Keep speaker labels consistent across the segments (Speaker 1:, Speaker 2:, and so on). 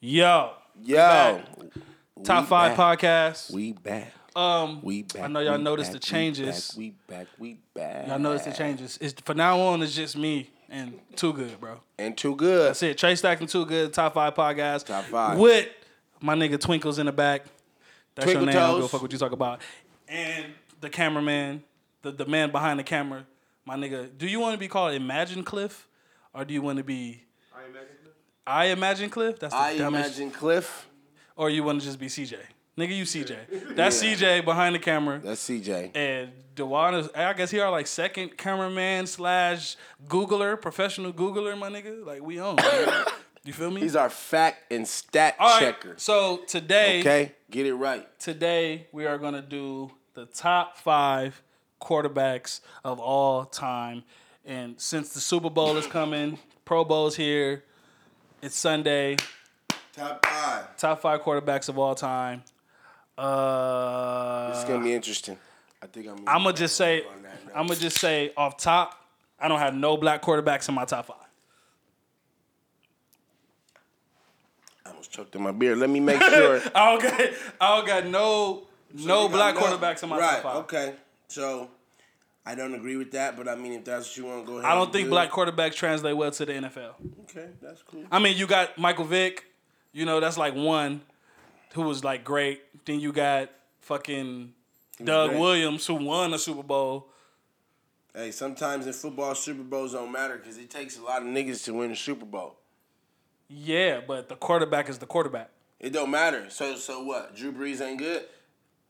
Speaker 1: Yo,
Speaker 2: Yo, we
Speaker 1: top five
Speaker 2: back.
Speaker 1: podcast.
Speaker 2: We back.
Speaker 1: um,
Speaker 2: We back.
Speaker 1: I know y'all
Speaker 2: we
Speaker 1: noticed
Speaker 2: back,
Speaker 1: the changes.
Speaker 2: We back. We back. We back.
Speaker 1: y'all noticed the changes. It's for now on. It's just me and Too Good, bro.
Speaker 2: And too good.
Speaker 1: That's it. Trey Stack and Too Good, top five podcast.
Speaker 2: Top five.
Speaker 1: with my nigga Twinkles in the back. That's
Speaker 2: Twinkle
Speaker 1: your name. I don't give a
Speaker 2: toes.
Speaker 1: fuck what you talk about. And the cameraman, the the man behind the camera, my nigga. Do you want to be called Imagine Cliff, or do you want to be? I imagine Cliff. That's the
Speaker 2: I
Speaker 1: dumbest.
Speaker 2: imagine Cliff.
Speaker 1: or you want to just be CJ. Nigga, you CJ. That's CJ behind the camera.
Speaker 2: That's CJ.
Speaker 1: And Dewan is, I guess he are like second cameraman slash Googler, professional Googler, my nigga. Like we own. nigga. you feel me?
Speaker 2: He's our fact and stat
Speaker 1: All right,
Speaker 2: checker.
Speaker 1: So today,
Speaker 2: Okay, get it right.
Speaker 1: today we are gonna do the top five quarterbacks of all time. And since the Super Bowl is coming, Pro Bowl's here. It's Sunday.
Speaker 3: Top five.
Speaker 1: Top five quarterbacks of all time. Uh,
Speaker 2: It's gonna be interesting. I think I'm.
Speaker 1: I'm gonna just say,
Speaker 2: on that note.
Speaker 1: I'm gonna just say off top, I don't have no black quarterbacks in my top five.
Speaker 2: I almost choked in my beer. Let me make sure.
Speaker 1: I don't got, I don't got no, no
Speaker 2: You got
Speaker 1: black
Speaker 2: no-
Speaker 1: quarterbacks in my
Speaker 2: right,
Speaker 1: top five.
Speaker 2: Okay, so I don't agree with that, but I mean, if that's what you want to go ahead.
Speaker 1: I don't
Speaker 2: and
Speaker 1: think
Speaker 2: do,
Speaker 1: black quarterbacks translate well to the NFL.
Speaker 2: Okay, that's cool.
Speaker 1: I mean, you got Michael Vick, you know, that's like one who was like great. Then you got fucking Doug
Speaker 2: great.
Speaker 1: Williams who won a Super Bowl.
Speaker 2: Hey, sometimes in football, Super Bowls don't matter because it takes a lot of niggas to win a Super Bowl.
Speaker 1: Yeah, but the quarterback is the quarterback.
Speaker 2: It don't matter. So so what? Drew Brees ain't good.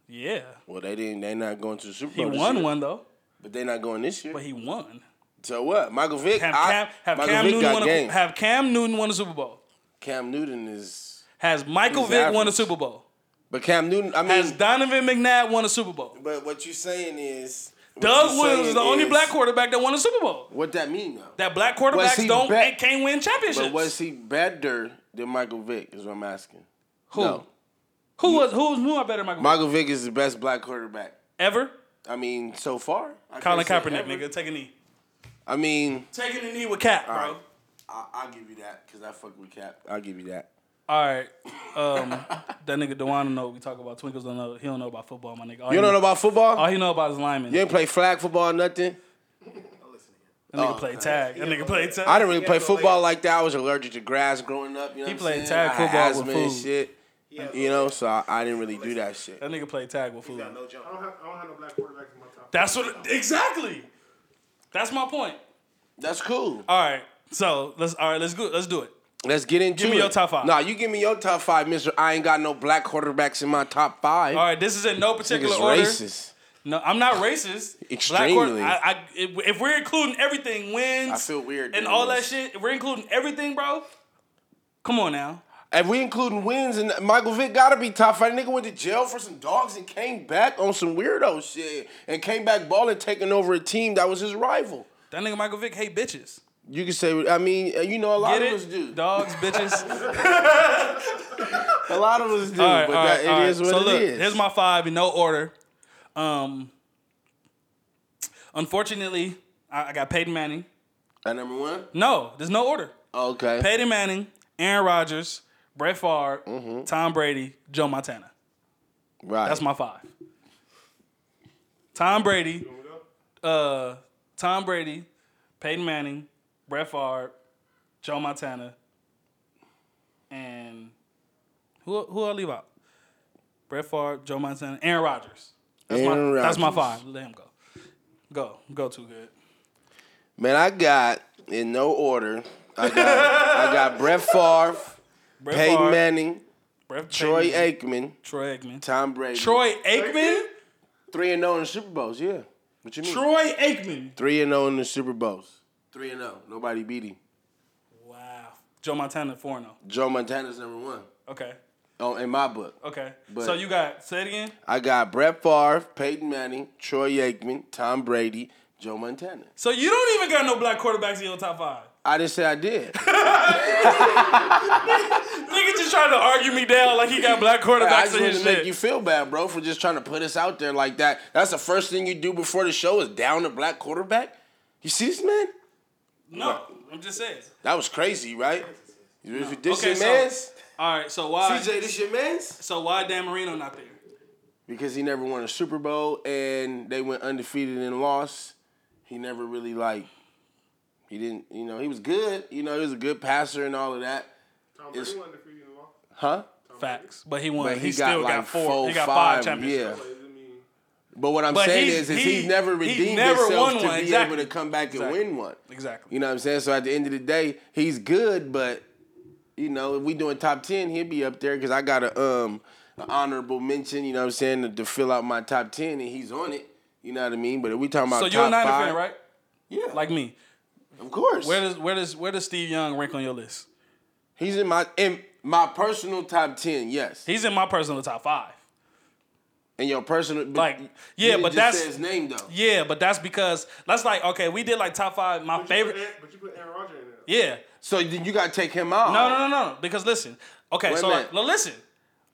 Speaker 1: Yeah,
Speaker 2: Well, they didn't. They not going to the Super
Speaker 1: he
Speaker 2: Bowl. this
Speaker 1: won
Speaker 2: year,
Speaker 1: one though,
Speaker 2: but they not going this year.
Speaker 1: but he won.
Speaker 2: so what? Michael Vick.
Speaker 1: Have
Speaker 2: I-
Speaker 1: Cam, have
Speaker 2: Michael
Speaker 1: Cam
Speaker 2: Vick
Speaker 1: Newton
Speaker 2: got
Speaker 1: won
Speaker 2: game.
Speaker 1: a, have Cam Newton won a Super Bowl.
Speaker 2: Cam Newton is.
Speaker 1: Has Michael
Speaker 2: He's
Speaker 1: Vick won a
Speaker 2: average.
Speaker 1: Super Bowl?
Speaker 2: But Cam Newton. I mean.
Speaker 1: Has Donovan McNabb won a Super Bowl?
Speaker 2: but what you saying is. what
Speaker 1: Doug
Speaker 2: you
Speaker 1: Williams
Speaker 2: saying
Speaker 1: is the only
Speaker 2: is-
Speaker 1: black quarterback that won a Super Bowl.
Speaker 2: What that mean though?
Speaker 1: That black
Speaker 2: Was
Speaker 1: quarterbacks
Speaker 2: he
Speaker 1: don't
Speaker 2: back-
Speaker 1: can't win championships.
Speaker 2: But was he better than Michael Vick? Is what I'm asking.
Speaker 1: who?
Speaker 2: No.
Speaker 1: Who was who? Who are better than Michael Vick?
Speaker 2: Michael Vick is the best black quarterback.
Speaker 1: ever?
Speaker 2: I mean, so far. I
Speaker 1: Colin
Speaker 2: can't say
Speaker 1: Kaepernick,
Speaker 2: ever.
Speaker 1: nigga, take a knee.
Speaker 2: I mean,
Speaker 1: Taking a knee with Cap, bro.
Speaker 2: right. I, I'll give you that because I fuck with Cap. I'll give you that.
Speaker 1: All right, um, that nigga Dewan don't know. what We talk about Twinkles don't know. He don't know about football, my nigga. All
Speaker 2: You
Speaker 1: he
Speaker 2: don't know about football?
Speaker 1: All Oh, he know about is linemen.
Speaker 2: You ain't play flag football or nothing?
Speaker 1: That nigga play tag. That nigga play tag.
Speaker 2: Oh, I didn't really play football like that. I was allergic to grass growing up. You know what
Speaker 1: He
Speaker 2: I'm
Speaker 1: played
Speaker 2: saying?
Speaker 1: tag
Speaker 2: I had
Speaker 1: football with
Speaker 2: asthma and
Speaker 1: food.
Speaker 2: shit. You know, so I, I didn't really do that shit.
Speaker 1: that nigga play tag with food.
Speaker 4: I don't have, I don't have no black quarterbacks in my top.
Speaker 1: That's what exactly. That's my point.
Speaker 2: That's cool.
Speaker 1: All right, so let's all right. Let's go. Let's do it.
Speaker 2: Let's get into it.
Speaker 1: me your top five.
Speaker 2: Nah, you give me your top five, Mister. I ain't got no black quarterbacks in my top five.
Speaker 1: All right, this is in no particular
Speaker 2: Niggas
Speaker 1: order.
Speaker 2: racist.
Speaker 1: No, I'm not racist.
Speaker 2: Extremely.
Speaker 1: quarter- I, I, if, if we're including everything, wins.
Speaker 2: I feel weird
Speaker 1: and
Speaker 2: doing
Speaker 1: all that
Speaker 2: this.
Speaker 1: shit. If we're including everything, bro. Come on now.
Speaker 2: If we including wins and Michael Vick gotta be top five. Nigga went to jail for some dogs and came back on some weirdo shit and came back balling, taking over a team that was his rival.
Speaker 1: That nigga Michael Vick hate bitches.
Speaker 2: You can say, I mean, uh, you know, a lot
Speaker 1: Get
Speaker 2: of us do.
Speaker 1: it? Dogs, bitches.
Speaker 2: A lot of us do,
Speaker 1: All right,
Speaker 2: but
Speaker 1: all
Speaker 2: that,
Speaker 1: right, all right.
Speaker 2: it is what
Speaker 1: so
Speaker 2: it
Speaker 1: look,
Speaker 2: is.
Speaker 1: here's my five in no order. Um, unfortunately, I, I got Peyton Manning.
Speaker 2: At number one.
Speaker 1: No, there's no order.
Speaker 2: Okay.
Speaker 1: Peyton Manning, Aaron Rodgers, Brett Favre,
Speaker 2: Mm-hmm.
Speaker 1: Tom Brady, Joe Montana.
Speaker 2: right.
Speaker 1: That's my five. Tom Brady, uh, Tom Brady, Peyton Manning, Brett Favre, Joe Montana, and who who I leave out? Brett Favre, Joe Montana, Aaron Rodgers. That's my
Speaker 2: Aaron
Speaker 1: that's my
Speaker 2: Rodgers.
Speaker 1: five. Let him go. Go go too good.
Speaker 2: Man, I got in no order. I got I got Brett Favre,
Speaker 1: Brett
Speaker 2: Peyton
Speaker 1: Favre,
Speaker 2: Manning,
Speaker 1: Brett
Speaker 2: Troy
Speaker 1: Peyton,
Speaker 2: Aikman,
Speaker 1: Troy Aikman,
Speaker 2: Tom Brady.
Speaker 1: Troy Aikman,
Speaker 2: three and zero in the Super Bowls. Yeah. What you mean?
Speaker 1: Troy Aikman.
Speaker 2: Three and zero in the Super Bowls. Three and oh. zero. Nobody beat him.
Speaker 1: Wow, Joe Montana four zero.
Speaker 2: Joe Montana's number one.
Speaker 1: Okay,
Speaker 2: Oh, in my book,
Speaker 1: okay.
Speaker 2: But-
Speaker 1: so you got say it again.
Speaker 2: I got Brett Favre, Peyton Manning, Troy Aikman, Tom Brady, Joe Montana.
Speaker 1: So you don't even got no black quarterbacks in your top five.
Speaker 2: I didn't say I did.
Speaker 1: Nigga just trying to argue me down like he got black
Speaker 2: I
Speaker 1: quarterbacks
Speaker 2: just
Speaker 1: in
Speaker 2: wanted
Speaker 1: his
Speaker 2: to make
Speaker 1: shit.
Speaker 2: you feel bad, bro, for just trying to put us out there like that. That's the first thing you do before the show is down the black quarterback. You see this man?
Speaker 1: no, I'm just saying.
Speaker 2: That was crazy, right? You was with this
Speaker 1: Okay,
Speaker 2: shit,
Speaker 1: so- uh,
Speaker 2: mans?
Speaker 1: All right, so why?
Speaker 2: CJ, this your man's?
Speaker 1: So why Dan Marino not there?
Speaker 2: Because he never won a Super Bowl and they went undefeated and lost. He never really like he didn't you know, he was good, you know, he was a good passer and all of that.
Speaker 4: Tom
Speaker 2: It's-
Speaker 4: Brady won the freaking law.
Speaker 2: Huh?
Speaker 1: Facts, but he won.
Speaker 2: But
Speaker 1: he, still got, four. He got five championships.
Speaker 2: Yeah.
Speaker 4: But I mean,
Speaker 2: But what I'm
Speaker 1: But
Speaker 2: saying
Speaker 1: he's-
Speaker 2: is, is
Speaker 1: he-
Speaker 2: he, never
Speaker 1: he
Speaker 2: redeemed
Speaker 1: never
Speaker 2: himself
Speaker 1: won
Speaker 2: to
Speaker 1: one,
Speaker 2: be
Speaker 1: exactly.
Speaker 2: able to come back and
Speaker 1: Exactly.
Speaker 2: win one.
Speaker 1: Exactly.
Speaker 2: You know what I'm saying? So at the end of the day, he's good, but you know, if we doing top ten, he'll be up there because I got a um an honorable mention. You know what I'm saying to, to fill out my top ten, and he's on it. You know what I mean? But if we talking about
Speaker 1: So
Speaker 2: top
Speaker 1: you're a Niner
Speaker 2: five,
Speaker 1: fan, right?
Speaker 2: Yeah,
Speaker 1: Like me.
Speaker 2: of course.
Speaker 1: Where does where does where does Steve Young rank on your list?
Speaker 2: he's in my in my personal top ten. Yes,
Speaker 1: He's in my personal top five.
Speaker 2: and your personal but
Speaker 1: Like,
Speaker 2: you
Speaker 1: yeah,
Speaker 2: didn't
Speaker 1: but
Speaker 2: just
Speaker 1: that's-
Speaker 2: say his name though.
Speaker 1: Yeah, but that's because that's like okay, we did like top five. My
Speaker 4: but
Speaker 1: favorite.
Speaker 4: You put Aaron, but you put Aaron Rodgers in there.
Speaker 1: Yeah.
Speaker 2: So then you gotta take him out.
Speaker 1: No, no, no, no. Because listen, okay,
Speaker 2: Wait a
Speaker 1: so like,
Speaker 2: minute.
Speaker 1: no, listen.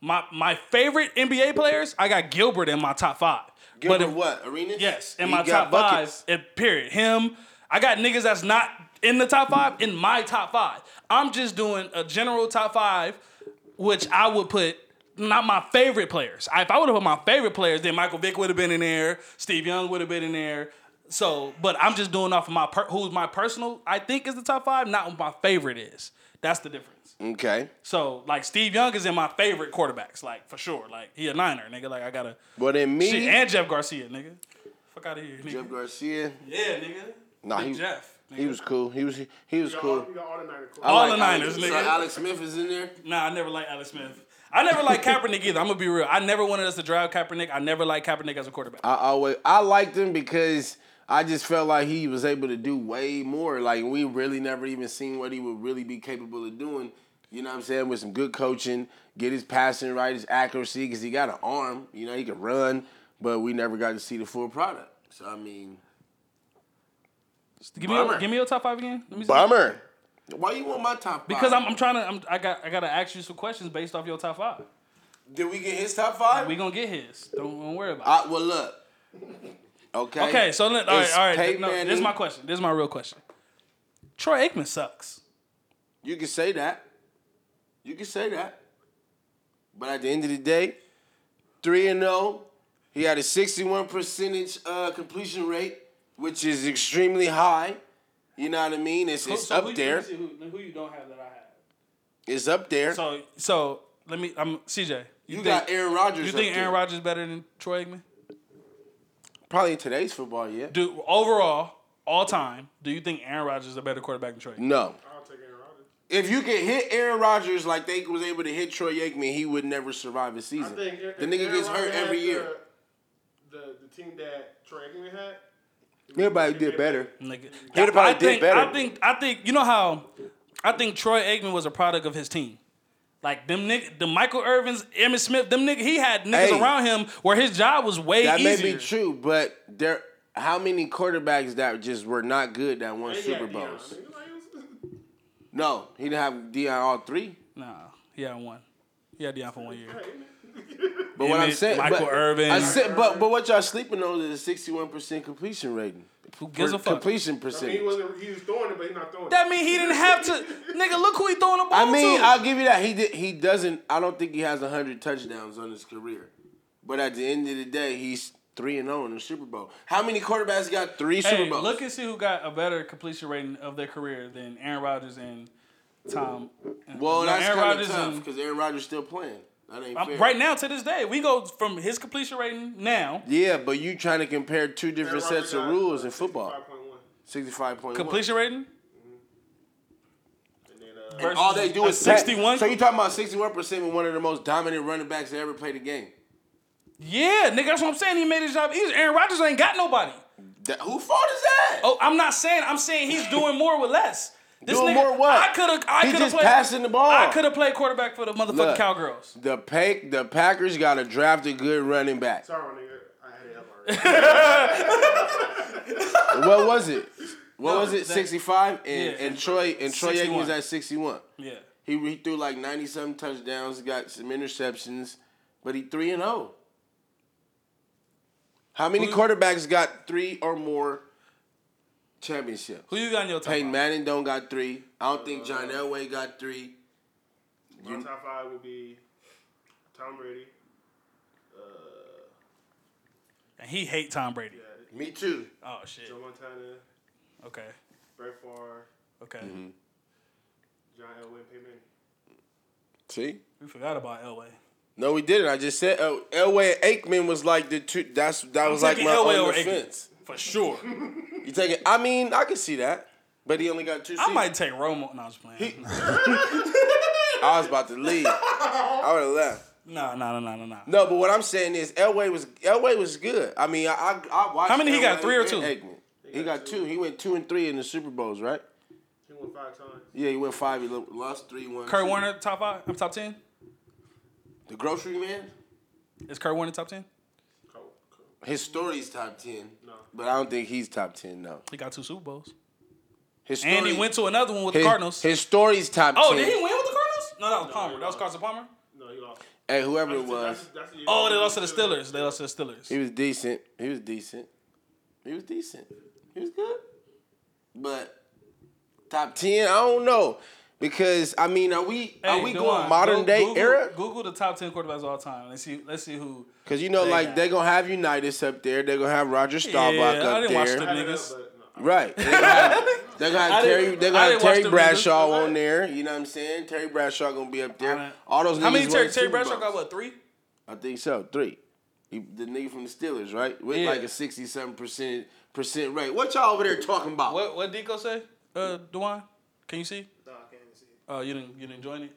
Speaker 1: My my favorite NBA players, I got Gilbert in my top five.
Speaker 2: Gilbert
Speaker 1: but if-
Speaker 2: what Arenas?
Speaker 1: Yes, in
Speaker 2: He
Speaker 1: my top
Speaker 2: got
Speaker 1: five.
Speaker 2: buckets.
Speaker 1: It, period. Him. I got niggas that's not in the top five in my top five. I'm just doing a general top five, which I would put not my favorite players. I- if I would have put my favorite players, then Michael Vick would have been in there. Steve Young would have been in there. So, but I'm just doing off of my per, who's my personal. I think is the top five, not what my favorite is. That's the difference.
Speaker 2: Okay.
Speaker 1: So, like Steve Young is in my favorite quarterbacks, like for sure. Like he a Niner, nigga. Like I gotta
Speaker 2: But then me,
Speaker 1: shit and Jeff Garcia, nigga. Fuck out of here, nigga.
Speaker 2: Jeff Garcia,
Speaker 1: Yeah, nigga.
Speaker 2: Nah,
Speaker 1: Big
Speaker 2: he-
Speaker 1: Jeff. Nigga.
Speaker 2: he was cool. He was he was
Speaker 4: You got
Speaker 2: cool.
Speaker 4: all- You got all the Niner
Speaker 2: I
Speaker 1: All
Speaker 4: clubs.
Speaker 1: the Niners,
Speaker 2: Alex,
Speaker 1: nigga.
Speaker 2: So Alex Smith is in there.
Speaker 1: Nah, I never liked Alex Smith. I never liked Kaepernick either. I'm gonna be real. I never wanted us to drive Kaepernick. I never liked Kaepernick as a quarterback.
Speaker 2: I always I liked him because I just felt like he was able to do way more. Like we really never even seen what he would really be capable of doing. You know what I'm saying? With some good coaching, get his passing right, his accuracy, because he got an arm. You know he can run, but we never got to see the full product. So I mean,
Speaker 1: give me, your,
Speaker 2: bummer.
Speaker 1: give me your top five again. Let me see.
Speaker 2: bummer. Why you want my top? Five?
Speaker 1: Because I'm, I'm trying to. I'm, I got. I gotta ask you some questions based off your top five.
Speaker 2: Did we get his top five?
Speaker 1: We gonna get his. Don't, don't worry about.
Speaker 2: I, well, look. Okay.
Speaker 1: it. Okay, so let, all
Speaker 2: It's
Speaker 1: right, all right.
Speaker 2: Peyton
Speaker 1: no, this is
Speaker 2: Manning.
Speaker 1: my question. This is my real question. Troy Aikman sucks.
Speaker 2: You can say that. You can say that. But at the end of the day, 3 and 0, he had a 61 percentage uh, completion rate, which is extremely high. You know what I mean? It's, it's up there.
Speaker 1: Who, you don't have that I have?
Speaker 2: It's up there.
Speaker 1: So so let me. I'm CJ.
Speaker 2: you
Speaker 1: think-
Speaker 2: got Aaron Rodgers.
Speaker 1: You think
Speaker 2: up there.
Speaker 1: Aaron Rodgers better than Troy Aikman?
Speaker 2: Probably in today's football, yeah.
Speaker 1: Do overall, all time, do you think Aaron Rodgers is a better quarterback than Troy? Aikman?
Speaker 2: No.
Speaker 4: I'll take Aaron Rodgers.
Speaker 2: If you could hit Aaron Rodgers like they was able to hit Troy Aikman, he would never survive a
Speaker 4: I
Speaker 2: season.
Speaker 4: think if-
Speaker 2: The
Speaker 4: if
Speaker 2: nigga
Speaker 4: Aaron
Speaker 2: gets hurt
Speaker 4: Rodgers
Speaker 2: every
Speaker 4: had
Speaker 2: year.
Speaker 4: The, the, the team that Troy Aikman had.
Speaker 2: Everybody did better.
Speaker 1: Nigga.
Speaker 2: He'd
Speaker 1: I
Speaker 2: probably did
Speaker 1: think,
Speaker 2: better.
Speaker 1: I think I think you know how I think Troy Aikman was a product of his team. Like them nigga, the Michael Irvins, Emmitt Smith, them nigga, he had niggas
Speaker 2: Hey.
Speaker 1: around him where his job was way
Speaker 2: That
Speaker 1: easier.
Speaker 2: may be true, but there how many quarterbacks that just were not good that won
Speaker 4: They
Speaker 2: Super
Speaker 4: had Deion,
Speaker 2: Bowls?
Speaker 4: nigga. Like, it was-
Speaker 2: No, he didn't have Dion all three.
Speaker 1: Nah, he had one. He had Deion for one year.
Speaker 2: But what I'm
Speaker 1: Emmitt,
Speaker 2: saying,
Speaker 1: Michael
Speaker 2: but,
Speaker 1: Irvin.
Speaker 2: I said, but but what y'all sleeping on is a 61 percent completion rating.
Speaker 1: Who gives a
Speaker 2: For
Speaker 1: fuck?
Speaker 2: Completion
Speaker 4: I mean, he
Speaker 2: percentage.
Speaker 4: wasn't. He was throwing it, but he's not throwing it.
Speaker 1: That mean he didn't have to. nigga, look who he throwing the ball
Speaker 2: I mean,
Speaker 1: to.
Speaker 2: I'll give you that. He did, he doesn't. I don't think he has 100 touchdowns on his career. But at the end of the day, he's three and zero in the Super Bowl. How many quarterbacks got three
Speaker 1: Hey,
Speaker 2: Super Bowls?
Speaker 1: look and see who got a better completion rating of their career than Aaron Rodgers and Tom.
Speaker 2: well,
Speaker 1: no,
Speaker 2: that's
Speaker 1: Aaron
Speaker 2: kind of
Speaker 1: Rodgers
Speaker 2: tough
Speaker 1: and-
Speaker 2: because Aaron Rodgers still playing. That ain't
Speaker 1: I'm-
Speaker 2: fair.
Speaker 1: right now to this day, we go from his completion rating now
Speaker 2: Yeah, but you trying to compare two different
Speaker 4: Aaron Rodgers
Speaker 2: sets of
Speaker 4: got,
Speaker 2: rules in
Speaker 4: uh,
Speaker 2: football.
Speaker 4: 65.1.
Speaker 2: Sixty-five point
Speaker 1: completion rating.
Speaker 4: And then, uh,
Speaker 1: versus
Speaker 2: All they do
Speaker 1: a
Speaker 2: is pat-
Speaker 1: 61?
Speaker 2: So you talking about sixty-one percent with one of the most dominant running backs that ever played the game?
Speaker 1: Yeah, nigga, that's what I'm saying. He made his job easier. Aaron Rodgers ain't got nobody.
Speaker 2: That- who fault is that?
Speaker 1: Oh, I'm not saying. I'm saying he's doing more with less. This
Speaker 2: Doing
Speaker 1: nigga,
Speaker 2: more what?
Speaker 1: I could have. I
Speaker 2: He
Speaker 1: could have
Speaker 2: just
Speaker 1: played
Speaker 2: passing the ball.
Speaker 1: I could have played quarterback for the motherfucking
Speaker 2: Look.
Speaker 1: Cowgirls.
Speaker 2: The pack, the Packers got to draft a good running back.
Speaker 4: sorry, nigga. I had it up already.
Speaker 2: What was it? What
Speaker 1: No,
Speaker 2: was it?
Speaker 1: that-
Speaker 2: Sixty-five and,
Speaker 1: Yeah.
Speaker 2: and Troy and Troy
Speaker 1: 61.
Speaker 2: Aikman was at sixty-one.
Speaker 1: Yeah,
Speaker 2: He, he threw like ninety-seven touchdowns, got some interceptions, but he three and zero. How many
Speaker 1: Who-
Speaker 2: quarterbacks got three or more championships?
Speaker 1: who Uh, you got in your top?
Speaker 2: Peyton
Speaker 1: five?
Speaker 2: Manning don't got three. I don't think John Elway got three.
Speaker 4: My top five would be Tom Brady. Uh,
Speaker 1: And he hate Tom Brady.
Speaker 4: yeah,
Speaker 2: Me too.
Speaker 1: Oh shit.
Speaker 4: Joe Montana,
Speaker 1: Okay.
Speaker 4: Brett Favre,
Speaker 1: Okay.
Speaker 2: Mm-hmm.
Speaker 4: John Elway, and Peyton Manning.
Speaker 2: See.
Speaker 1: We forgot about Elway.
Speaker 2: No, we didn't. I just said El- Elway and Aikman was like the two. That's that was like
Speaker 1: taking
Speaker 2: my
Speaker 1: Elway
Speaker 2: only
Speaker 1: over Aikman.
Speaker 2: offense.
Speaker 1: For sure.
Speaker 2: You take it? I mean, I can see that, but he only got two.
Speaker 1: I
Speaker 2: seasons.
Speaker 1: might take Romo. No, I was playing.
Speaker 2: I was about to leave. I would have left.
Speaker 1: No, no, no, no, no, no.
Speaker 2: No, but what I'm saying is Elway was Elway was good. I mean, I I, I watched.
Speaker 1: How many he got,
Speaker 2: Elway
Speaker 1: three or
Speaker 2: and
Speaker 1: two?
Speaker 2: Aikman. He got two. He went two and three in the Super Bowls, right?
Speaker 4: He won five times.
Speaker 2: Yeah, he went five. He lo- lost three one.
Speaker 1: Kurt Warner top five? I'm top ten?
Speaker 2: the grocery man.
Speaker 1: Is Kurt Warner top ten?
Speaker 4: Col- Col-
Speaker 2: His story's top ten,
Speaker 4: No.
Speaker 2: but I don't think he's top ten. No,
Speaker 1: He got two Super Bowls.
Speaker 2: his story,
Speaker 1: And he went to another one with
Speaker 2: his,
Speaker 1: the Cardinals.
Speaker 2: His story's top
Speaker 1: oh,
Speaker 2: ten.
Speaker 1: did he win with the Cardinals? No, that was Palmer. That was Carson Palmer.
Speaker 4: No, he lost.
Speaker 2: Hey, whoever it
Speaker 4: That's-
Speaker 2: was,
Speaker 4: that's- that's the year-
Speaker 1: Oh, they lost to the Steelers. They lost to the Steelers.
Speaker 2: he was decent. He was decent. He was decent. He was good. But top ten, I don't know because I mean, are we are
Speaker 1: Hey,
Speaker 2: we
Speaker 1: Dewan,
Speaker 2: going modern
Speaker 1: go-
Speaker 2: day
Speaker 1: Google,
Speaker 2: era?
Speaker 1: Google the top ten quarterbacks of all time. Let's see. Let's see who.
Speaker 2: Because you know,
Speaker 1: They
Speaker 2: like
Speaker 1: got-
Speaker 2: they're gonna have Unitas up there. They're gonna have Roger Staubach
Speaker 1: Yeah, I
Speaker 2: up
Speaker 1: didn't watch
Speaker 2: there.
Speaker 1: them.
Speaker 4: I had it up,
Speaker 1: Niggas.
Speaker 4: but no.
Speaker 2: Right. They're gonna have, they're gonna have
Speaker 1: I didn't-
Speaker 2: Terry. They're
Speaker 1: I
Speaker 2: gonna have
Speaker 1: didn't watch
Speaker 2: Terry
Speaker 1: them
Speaker 2: Bradshaw on there. You know what I'm saying? Terry Bradshaw gonna be up
Speaker 1: I
Speaker 2: there.
Speaker 1: didn't-
Speaker 2: All those.
Speaker 1: How many
Speaker 2: niggas
Speaker 1: Terry,
Speaker 2: won
Speaker 1: Terry
Speaker 2: Super
Speaker 1: Bradshaw got?
Speaker 2: Bowls.
Speaker 1: What three?
Speaker 2: I think so. Three. He, the nigga from the Steelers, right? With
Speaker 1: Yeah.
Speaker 2: like a sixty-seven percent percent rate. What y'all over there talking about?
Speaker 1: What What Dico say? Uh, Dewan, can you see?
Speaker 4: No, I can't even see it.
Speaker 1: Oh, you didn't you didn't join it.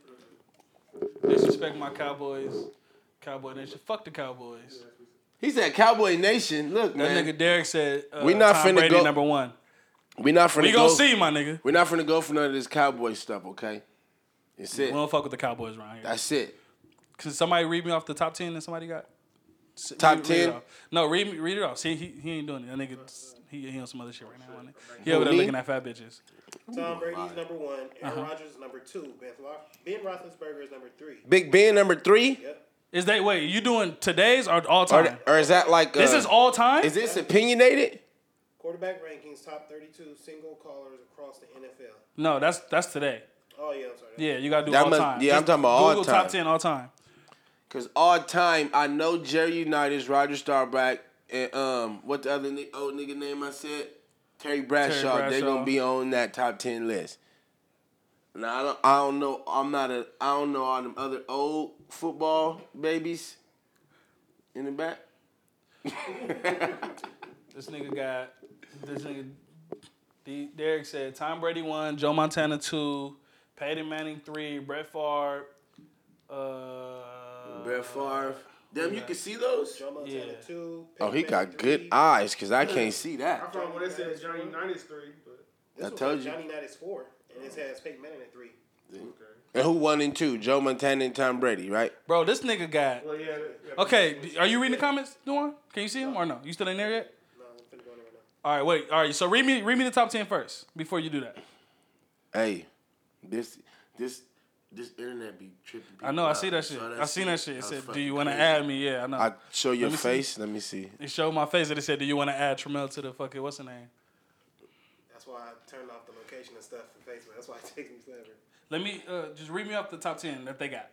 Speaker 1: Disrespect my Cowboys, Cowboy Nation. Fuck the Cowboys.
Speaker 2: He said, "Cowboy Nation." Look,
Speaker 1: That
Speaker 2: man,
Speaker 1: nigga Derek said uh,
Speaker 2: We not
Speaker 1: Tom
Speaker 2: finna
Speaker 1: Brady
Speaker 2: go-
Speaker 1: number one.
Speaker 2: we not finna
Speaker 1: We
Speaker 2: go.
Speaker 1: gonna see my nigga.
Speaker 2: We're not finna go for none of this cowboy stuff. Okay, that's
Speaker 1: We
Speaker 2: it.
Speaker 1: don't fuck with the Cowboys around here.
Speaker 2: That's it.
Speaker 1: Cause somebody read me off the top ten that somebody got. S-
Speaker 2: Top
Speaker 1: read- read it
Speaker 2: 10?
Speaker 1: off. No, read me- read it off. See, he, he ain't doing it. That nigga, he, he on some other shit right now. ain't He He over there
Speaker 2: me?
Speaker 1: looking at fat bitches.
Speaker 5: Tom Brady's number one. Aaron
Speaker 1: Uh-huh.
Speaker 5: Rodgers is number two. Ben, Flo- ben Roethlisberger is number three.
Speaker 2: Big Ben number three,
Speaker 5: Yep.
Speaker 1: Is that wait? You doing today's or all
Speaker 2: or,
Speaker 1: time?
Speaker 2: or is that like
Speaker 1: this
Speaker 2: uh,
Speaker 1: is all time.
Speaker 2: Is this opinionated?
Speaker 5: Quarterback rankings top 32 single callers across the NFL.
Speaker 1: no, that's that's today.
Speaker 5: Oh, yeah, I'm sorry.
Speaker 1: Yeah, you gotta do
Speaker 2: That
Speaker 1: all
Speaker 2: must-
Speaker 1: time.
Speaker 2: yeah, I'm talking about all
Speaker 1: Google
Speaker 2: time.
Speaker 1: top ten all time.
Speaker 2: Cause all time, I know Jerry Unitas, Roger Starback, and um, what the other ni- old nigga name I said, Terry Bradshaw. They're
Speaker 1: Bradshaw.
Speaker 2: gonna be on that top ten list. Now I don't, I don't know. I'm not a. I don't know all them other old football babies in the back.
Speaker 1: This nigga got this nigga. D- Derek said Tom Brady one, Joe Montana two, Peyton Manning three, Brett Favre. Uh,
Speaker 2: Brett Favre. Damn, you can see those.
Speaker 5: Joe Montana,
Speaker 1: Yeah.
Speaker 5: two.
Speaker 2: Oh, he
Speaker 5: Peyton
Speaker 2: got
Speaker 5: Manning,
Speaker 2: good
Speaker 5: three.
Speaker 2: eyes, cause I can't see
Speaker 4: I
Speaker 2: that.
Speaker 4: found what it said Johnny United's three, but
Speaker 5: This
Speaker 2: I
Speaker 5: was
Speaker 2: told
Speaker 5: like
Speaker 2: you.
Speaker 5: Johnny Knight is four, and it has Peyton Manning at three.
Speaker 4: okay.
Speaker 2: And who won and two? Joe Montana and Tom Brady, right?
Speaker 1: Bro, this nigga got.
Speaker 4: Well, yeah. yeah.
Speaker 1: Okay, d- are you reading the comments, Duan? Can you see him or no? You still in there yet?
Speaker 5: No, I'm finna go in there right now.
Speaker 1: All right, wait. All right, so read me, read me the top ten first before you do that.
Speaker 2: Hey, this this this internet be tripping.
Speaker 1: I know, I see that shit. I seen that shit. It said, "Do you want to add me?" Yeah, I know.
Speaker 2: I show your
Speaker 1: Let me see.
Speaker 2: face. Let me see.
Speaker 1: it showed my face and it said, "Do you want to add Tremel to the fucking what's the name?"
Speaker 5: That's why I turned off the location and stuff from Facebook. That's why it takes me forever.
Speaker 1: Let me uh, just read me off the top ten that they got.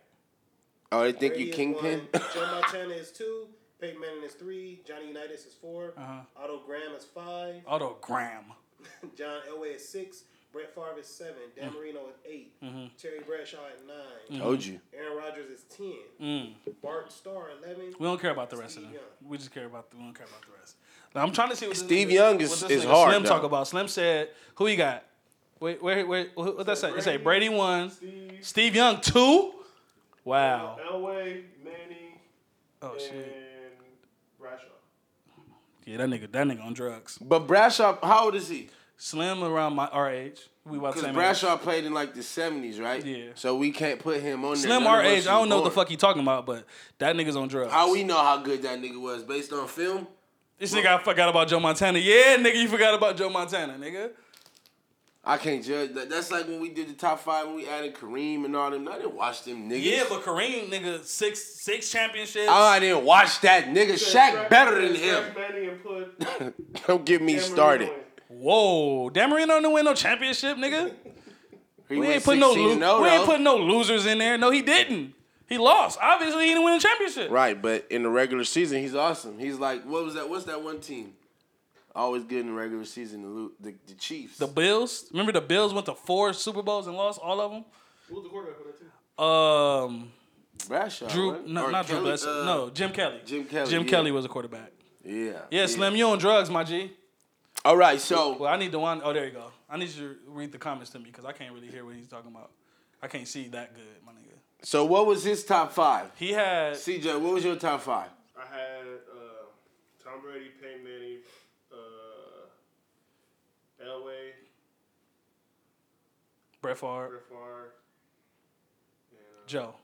Speaker 2: Oh, they think
Speaker 5: Brady
Speaker 2: you
Speaker 5: is
Speaker 2: kingpin.
Speaker 5: one, Joe Montana is two. Peyton Manning is three. Johnny Unitas is 4
Speaker 2: Uh-huh.
Speaker 5: Otto Graham is five.
Speaker 1: Otto Graham.
Speaker 5: John Elway is six. Brett Favre is seven.
Speaker 2: Mm.
Speaker 5: Dan Marino is 8
Speaker 2: Mm-hmm.
Speaker 5: Terry Bradshaw at 9
Speaker 2: Told you.
Speaker 5: Aaron Rodgers is ten.
Speaker 2: Mm.
Speaker 1: Mm.
Speaker 5: Bart Starr eleven.
Speaker 1: We don't care about the rest of
Speaker 5: Steve
Speaker 1: them.
Speaker 5: Young.
Speaker 1: We just care about the, we don't care about the rest. Now I'm trying to see what this
Speaker 2: Steve
Speaker 1: nigga-
Speaker 2: Young
Speaker 1: what
Speaker 2: is-
Speaker 1: this
Speaker 2: is
Speaker 1: nigga
Speaker 2: hard,
Speaker 1: Slim
Speaker 2: though.
Speaker 1: talk about. Slim said, "Who he got? Wait, where, where, who- what that say? It say Brady one,
Speaker 4: Steve,
Speaker 1: Steve Young two. Wow.
Speaker 4: Elway, Manning,
Speaker 1: Oh shit.
Speaker 4: and Bradshaw.
Speaker 1: Yeah, that nigga, that nigga on drugs.
Speaker 2: But Bradshaw, how old is he?
Speaker 1: Slim around my our age. We about the
Speaker 2: Because
Speaker 1: same
Speaker 2: Bradshaw played in like the seventies, right?
Speaker 1: Yeah.
Speaker 2: So we can't put him on
Speaker 1: age.
Speaker 2: there.
Speaker 1: Slim
Speaker 2: None
Speaker 1: our
Speaker 2: of us
Speaker 1: age.
Speaker 2: was
Speaker 1: I don't know what the
Speaker 2: born.
Speaker 1: fuck he talking about, but that nigga's on drugs.
Speaker 2: How we know how good that nigga was based on film?
Speaker 1: this nigga I forgot about Joe Montana. Yeah, nigga, you forgot about Joe Montana, nigga.
Speaker 2: I can't judge. that. That's like when we did the top five when we added Kareem and all them. I didn't watch them niggas.
Speaker 1: Yeah, but Kareem, nigga, six six championships.
Speaker 2: Oh, I didn't watch that nigga. Shaq
Speaker 4: Track-
Speaker 2: better than
Speaker 4: Track
Speaker 2: him.
Speaker 4: Manning and put
Speaker 2: Don't get me
Speaker 4: Dan Marino
Speaker 2: started.
Speaker 4: in.
Speaker 1: Whoa, Dan Marino didn't win no championship, nigga.
Speaker 2: He
Speaker 1: We
Speaker 2: went
Speaker 1: ain't put no
Speaker 2: 16
Speaker 1: lo-
Speaker 2: and oh,
Speaker 1: we ain't
Speaker 2: though.
Speaker 1: put no losers in there. No, he didn't. He lost. Obviously, he didn't win the championship.
Speaker 2: Right, but in the regular season, he's awesome. He's like, what was that? What's that one team? Always good in the regular season. The, Lu- the, the Chiefs.
Speaker 1: The Bills. Remember the Bills went to four Super Bowls and lost all of them.
Speaker 4: Who was the quarterback for that team?
Speaker 1: Um,
Speaker 2: Bradshaw.
Speaker 1: Drew,
Speaker 2: right?
Speaker 1: no,
Speaker 2: Or
Speaker 1: not Drew
Speaker 2: Kelly,
Speaker 1: Bledsoe.
Speaker 2: uh,
Speaker 1: no, Jim Kelly.
Speaker 2: Jim Kelly,
Speaker 1: Jim
Speaker 2: yeah.
Speaker 1: Kelly was a quarterback.
Speaker 2: Yeah.
Speaker 1: Yeah, Slim, you on drugs, my G.
Speaker 2: All right, so
Speaker 1: Well, I need the one oh there you go. I need you to read the comments to me because I can't really hear what he's talking about. I can't see that good, my nigga.
Speaker 2: so what was his top five?
Speaker 1: He had
Speaker 2: CJ, what was your top five?
Speaker 4: I had uh, Tom Brady, Peyton Manning, uh, Elway,
Speaker 1: Brett Favre,
Speaker 4: Brett Favre, and uh,
Speaker 1: Joe.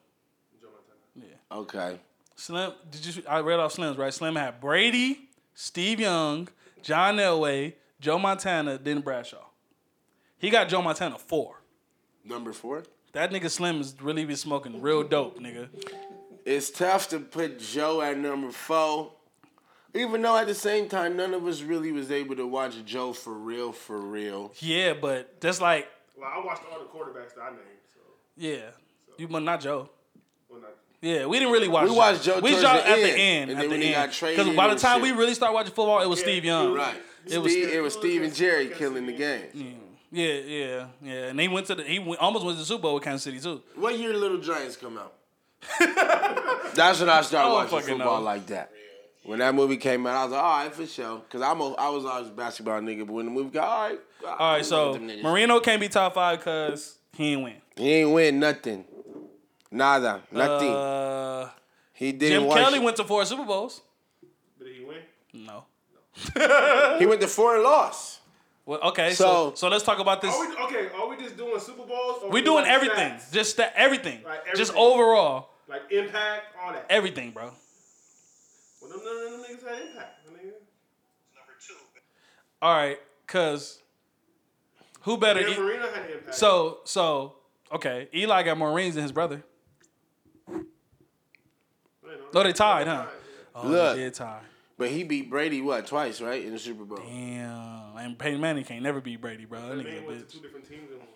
Speaker 4: Joe Montana.
Speaker 1: Yeah.
Speaker 2: Okay.
Speaker 1: Slim, did you? I read off Slim's right. Slim had Brady, Steve Young, John Elway, Joe Montana, then Bradshaw. He got Joe Montana four.
Speaker 2: Number four.
Speaker 1: That nigga Slim is really been smoking real dope, nigga.
Speaker 2: It's tough to put Joe at number four, even though at the same time none of us really was able to watch Joe for real, for real.
Speaker 1: Yeah, but that's like,
Speaker 4: Well, I watched all the quarterbacks that I named, so
Speaker 1: yeah, you but not Joe.
Speaker 4: well, not
Speaker 1: Yeah, we didn't really watch.
Speaker 2: We
Speaker 1: Joe.
Speaker 2: watched Joe
Speaker 1: We
Speaker 2: towards
Speaker 1: saw
Speaker 2: the
Speaker 1: at the
Speaker 2: end, and
Speaker 1: end, at
Speaker 2: then when
Speaker 1: the
Speaker 2: he
Speaker 1: end.
Speaker 2: got traded
Speaker 1: by the
Speaker 2: and
Speaker 1: time we
Speaker 2: shit.
Speaker 1: really started watching football, it was Steve Young.
Speaker 2: Right.
Speaker 1: It was-
Speaker 2: Steve- it was Steve and Jerry killing the game.
Speaker 1: Yeah, yeah, yeah. And he went to the he went, almost went to the Super Bowl with Kansas City too.
Speaker 2: What year Little Giants come out? That's when I started
Speaker 1: I don't
Speaker 2: watching
Speaker 1: fucking
Speaker 2: football
Speaker 1: know.
Speaker 2: like that. When that movie came out, I was like, all right, for sure. Because I'm a, I was always a basketball nigga, but when the movie got, all right.
Speaker 1: All right, so
Speaker 2: Marine.
Speaker 1: Marino can't be top five because he didn't win.
Speaker 2: He ain't win nothing. Nada. Nothing.
Speaker 1: Uh,
Speaker 2: he didn't
Speaker 1: Jim
Speaker 2: watch.
Speaker 1: Kelly went to four Super Bowls.
Speaker 4: Did he win?
Speaker 1: No.
Speaker 2: he went to four and lost.
Speaker 1: Well, okay, so, so
Speaker 2: So-
Speaker 1: let's talk about this.
Speaker 4: Are Oh, we okay? Are we just doing Super Bowls? Or
Speaker 1: We
Speaker 4: we
Speaker 1: doing
Speaker 4: like
Speaker 1: everything,
Speaker 4: stats?
Speaker 1: just that everything,
Speaker 4: Like
Speaker 1: just
Speaker 4: everything.
Speaker 1: overall
Speaker 4: like impact, all that.
Speaker 1: everything, bro.
Speaker 4: well, them, them, them niggas had impact. them niggas.
Speaker 1: All right, cause who better?
Speaker 4: Dan
Speaker 1: E-
Speaker 4: Marino had impact.
Speaker 1: so so okay, Eli got more rings than his brother. No, they tied, huh? Oh,
Speaker 2: Look.
Speaker 1: they did tie.
Speaker 2: But he beat Brady, what, twice, right? In the Super Bowl.
Speaker 1: Damn, and Peyton Manning can't never beat Brady, bro. That
Speaker 4: They
Speaker 1: nigga's a
Speaker 4: went
Speaker 1: bitch.
Speaker 4: to two different teams and won.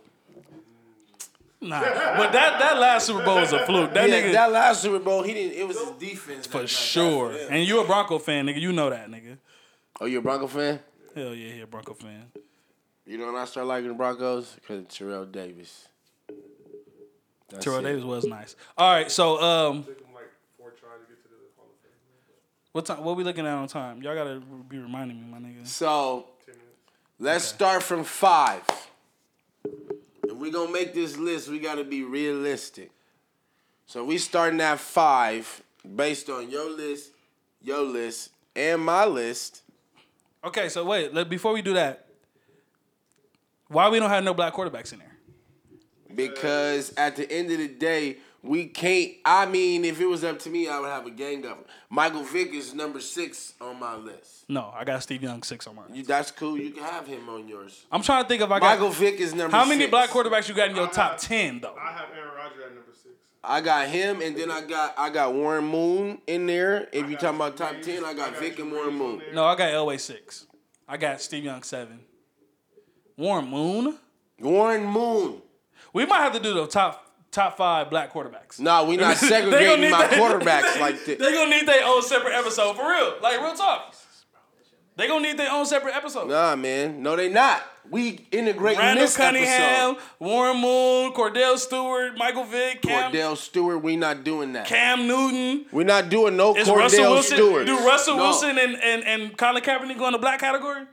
Speaker 1: Nah, but that that last Super Bowl was a fluke. That
Speaker 2: Yeah,
Speaker 1: nigga
Speaker 2: that last Super Bowl, he didn't. It was his defense. that
Speaker 1: for
Speaker 2: got that
Speaker 1: sure.
Speaker 2: for him.
Speaker 1: And you a Bronco fan, nigga. You know that, nigga.
Speaker 2: Oh, you a Bronco fan?
Speaker 1: Hell yeah, he a Bronco fan.
Speaker 2: You know when I started liking the Broncos? Because Terrell Davis. That's
Speaker 1: Terrell
Speaker 2: it.
Speaker 1: Davis was nice. All right, so um,
Speaker 4: Took them like four tries to get to the Hall of Fame.
Speaker 1: what time? What we looking at on time? Y'all gotta be reminding me, my nigga.
Speaker 2: So
Speaker 4: Ten minutes.
Speaker 2: let's start from five. If we gonna make this list, we gotta be realistic. So we starting at five based on your list, your list, and my list.
Speaker 1: Okay, so wait, let, before we do that, why we don't have no black quarterbacks in there?
Speaker 2: Because at the end of the day, we can't. I mean, if it was up to me, I would have a gang of 'em. Michael Vick is number six on my list.
Speaker 1: No, I got Steve Young six on mine.
Speaker 2: You, that's cool. You can have him on yours.
Speaker 1: I'm trying to think if I got
Speaker 2: Michael Vick is number.
Speaker 1: how many
Speaker 2: six.
Speaker 1: black quarterbacks you got in your top
Speaker 4: have-
Speaker 1: ten though.
Speaker 4: I have Aaron Rodgers at number six.
Speaker 2: I got him, and then I got I got Warren Moon in there. If you talking about top ten, I got Vic and Warren Moon.
Speaker 1: No, I got Elway six. I got Steve Young seven. Warren Moon.
Speaker 2: Warren Moon.
Speaker 1: We might have to do the top top five black quarterbacks.
Speaker 2: Nah, we not segregating
Speaker 1: need
Speaker 2: my
Speaker 1: that-
Speaker 2: quarterbacks like
Speaker 1: They
Speaker 2: this.
Speaker 1: gonna need their own separate episode for real. Like real talk. They gonna need their own separate episode.
Speaker 2: Nah, man. No, they not. We integrating
Speaker 1: Randall
Speaker 2: this
Speaker 1: Cunningham,
Speaker 2: episode.
Speaker 1: Warren Moon, Cordell Stewart, Michael Vick, Cam,
Speaker 2: Cordell Stewart, we not doing that.
Speaker 1: Cam Newton.
Speaker 2: We're not doing no
Speaker 1: Is
Speaker 2: Cordell
Speaker 1: Russell Wilson?
Speaker 2: Stewart.
Speaker 1: Do Russell
Speaker 2: No.
Speaker 1: Wilson and, and, and Colin Kaepernick go in the black category?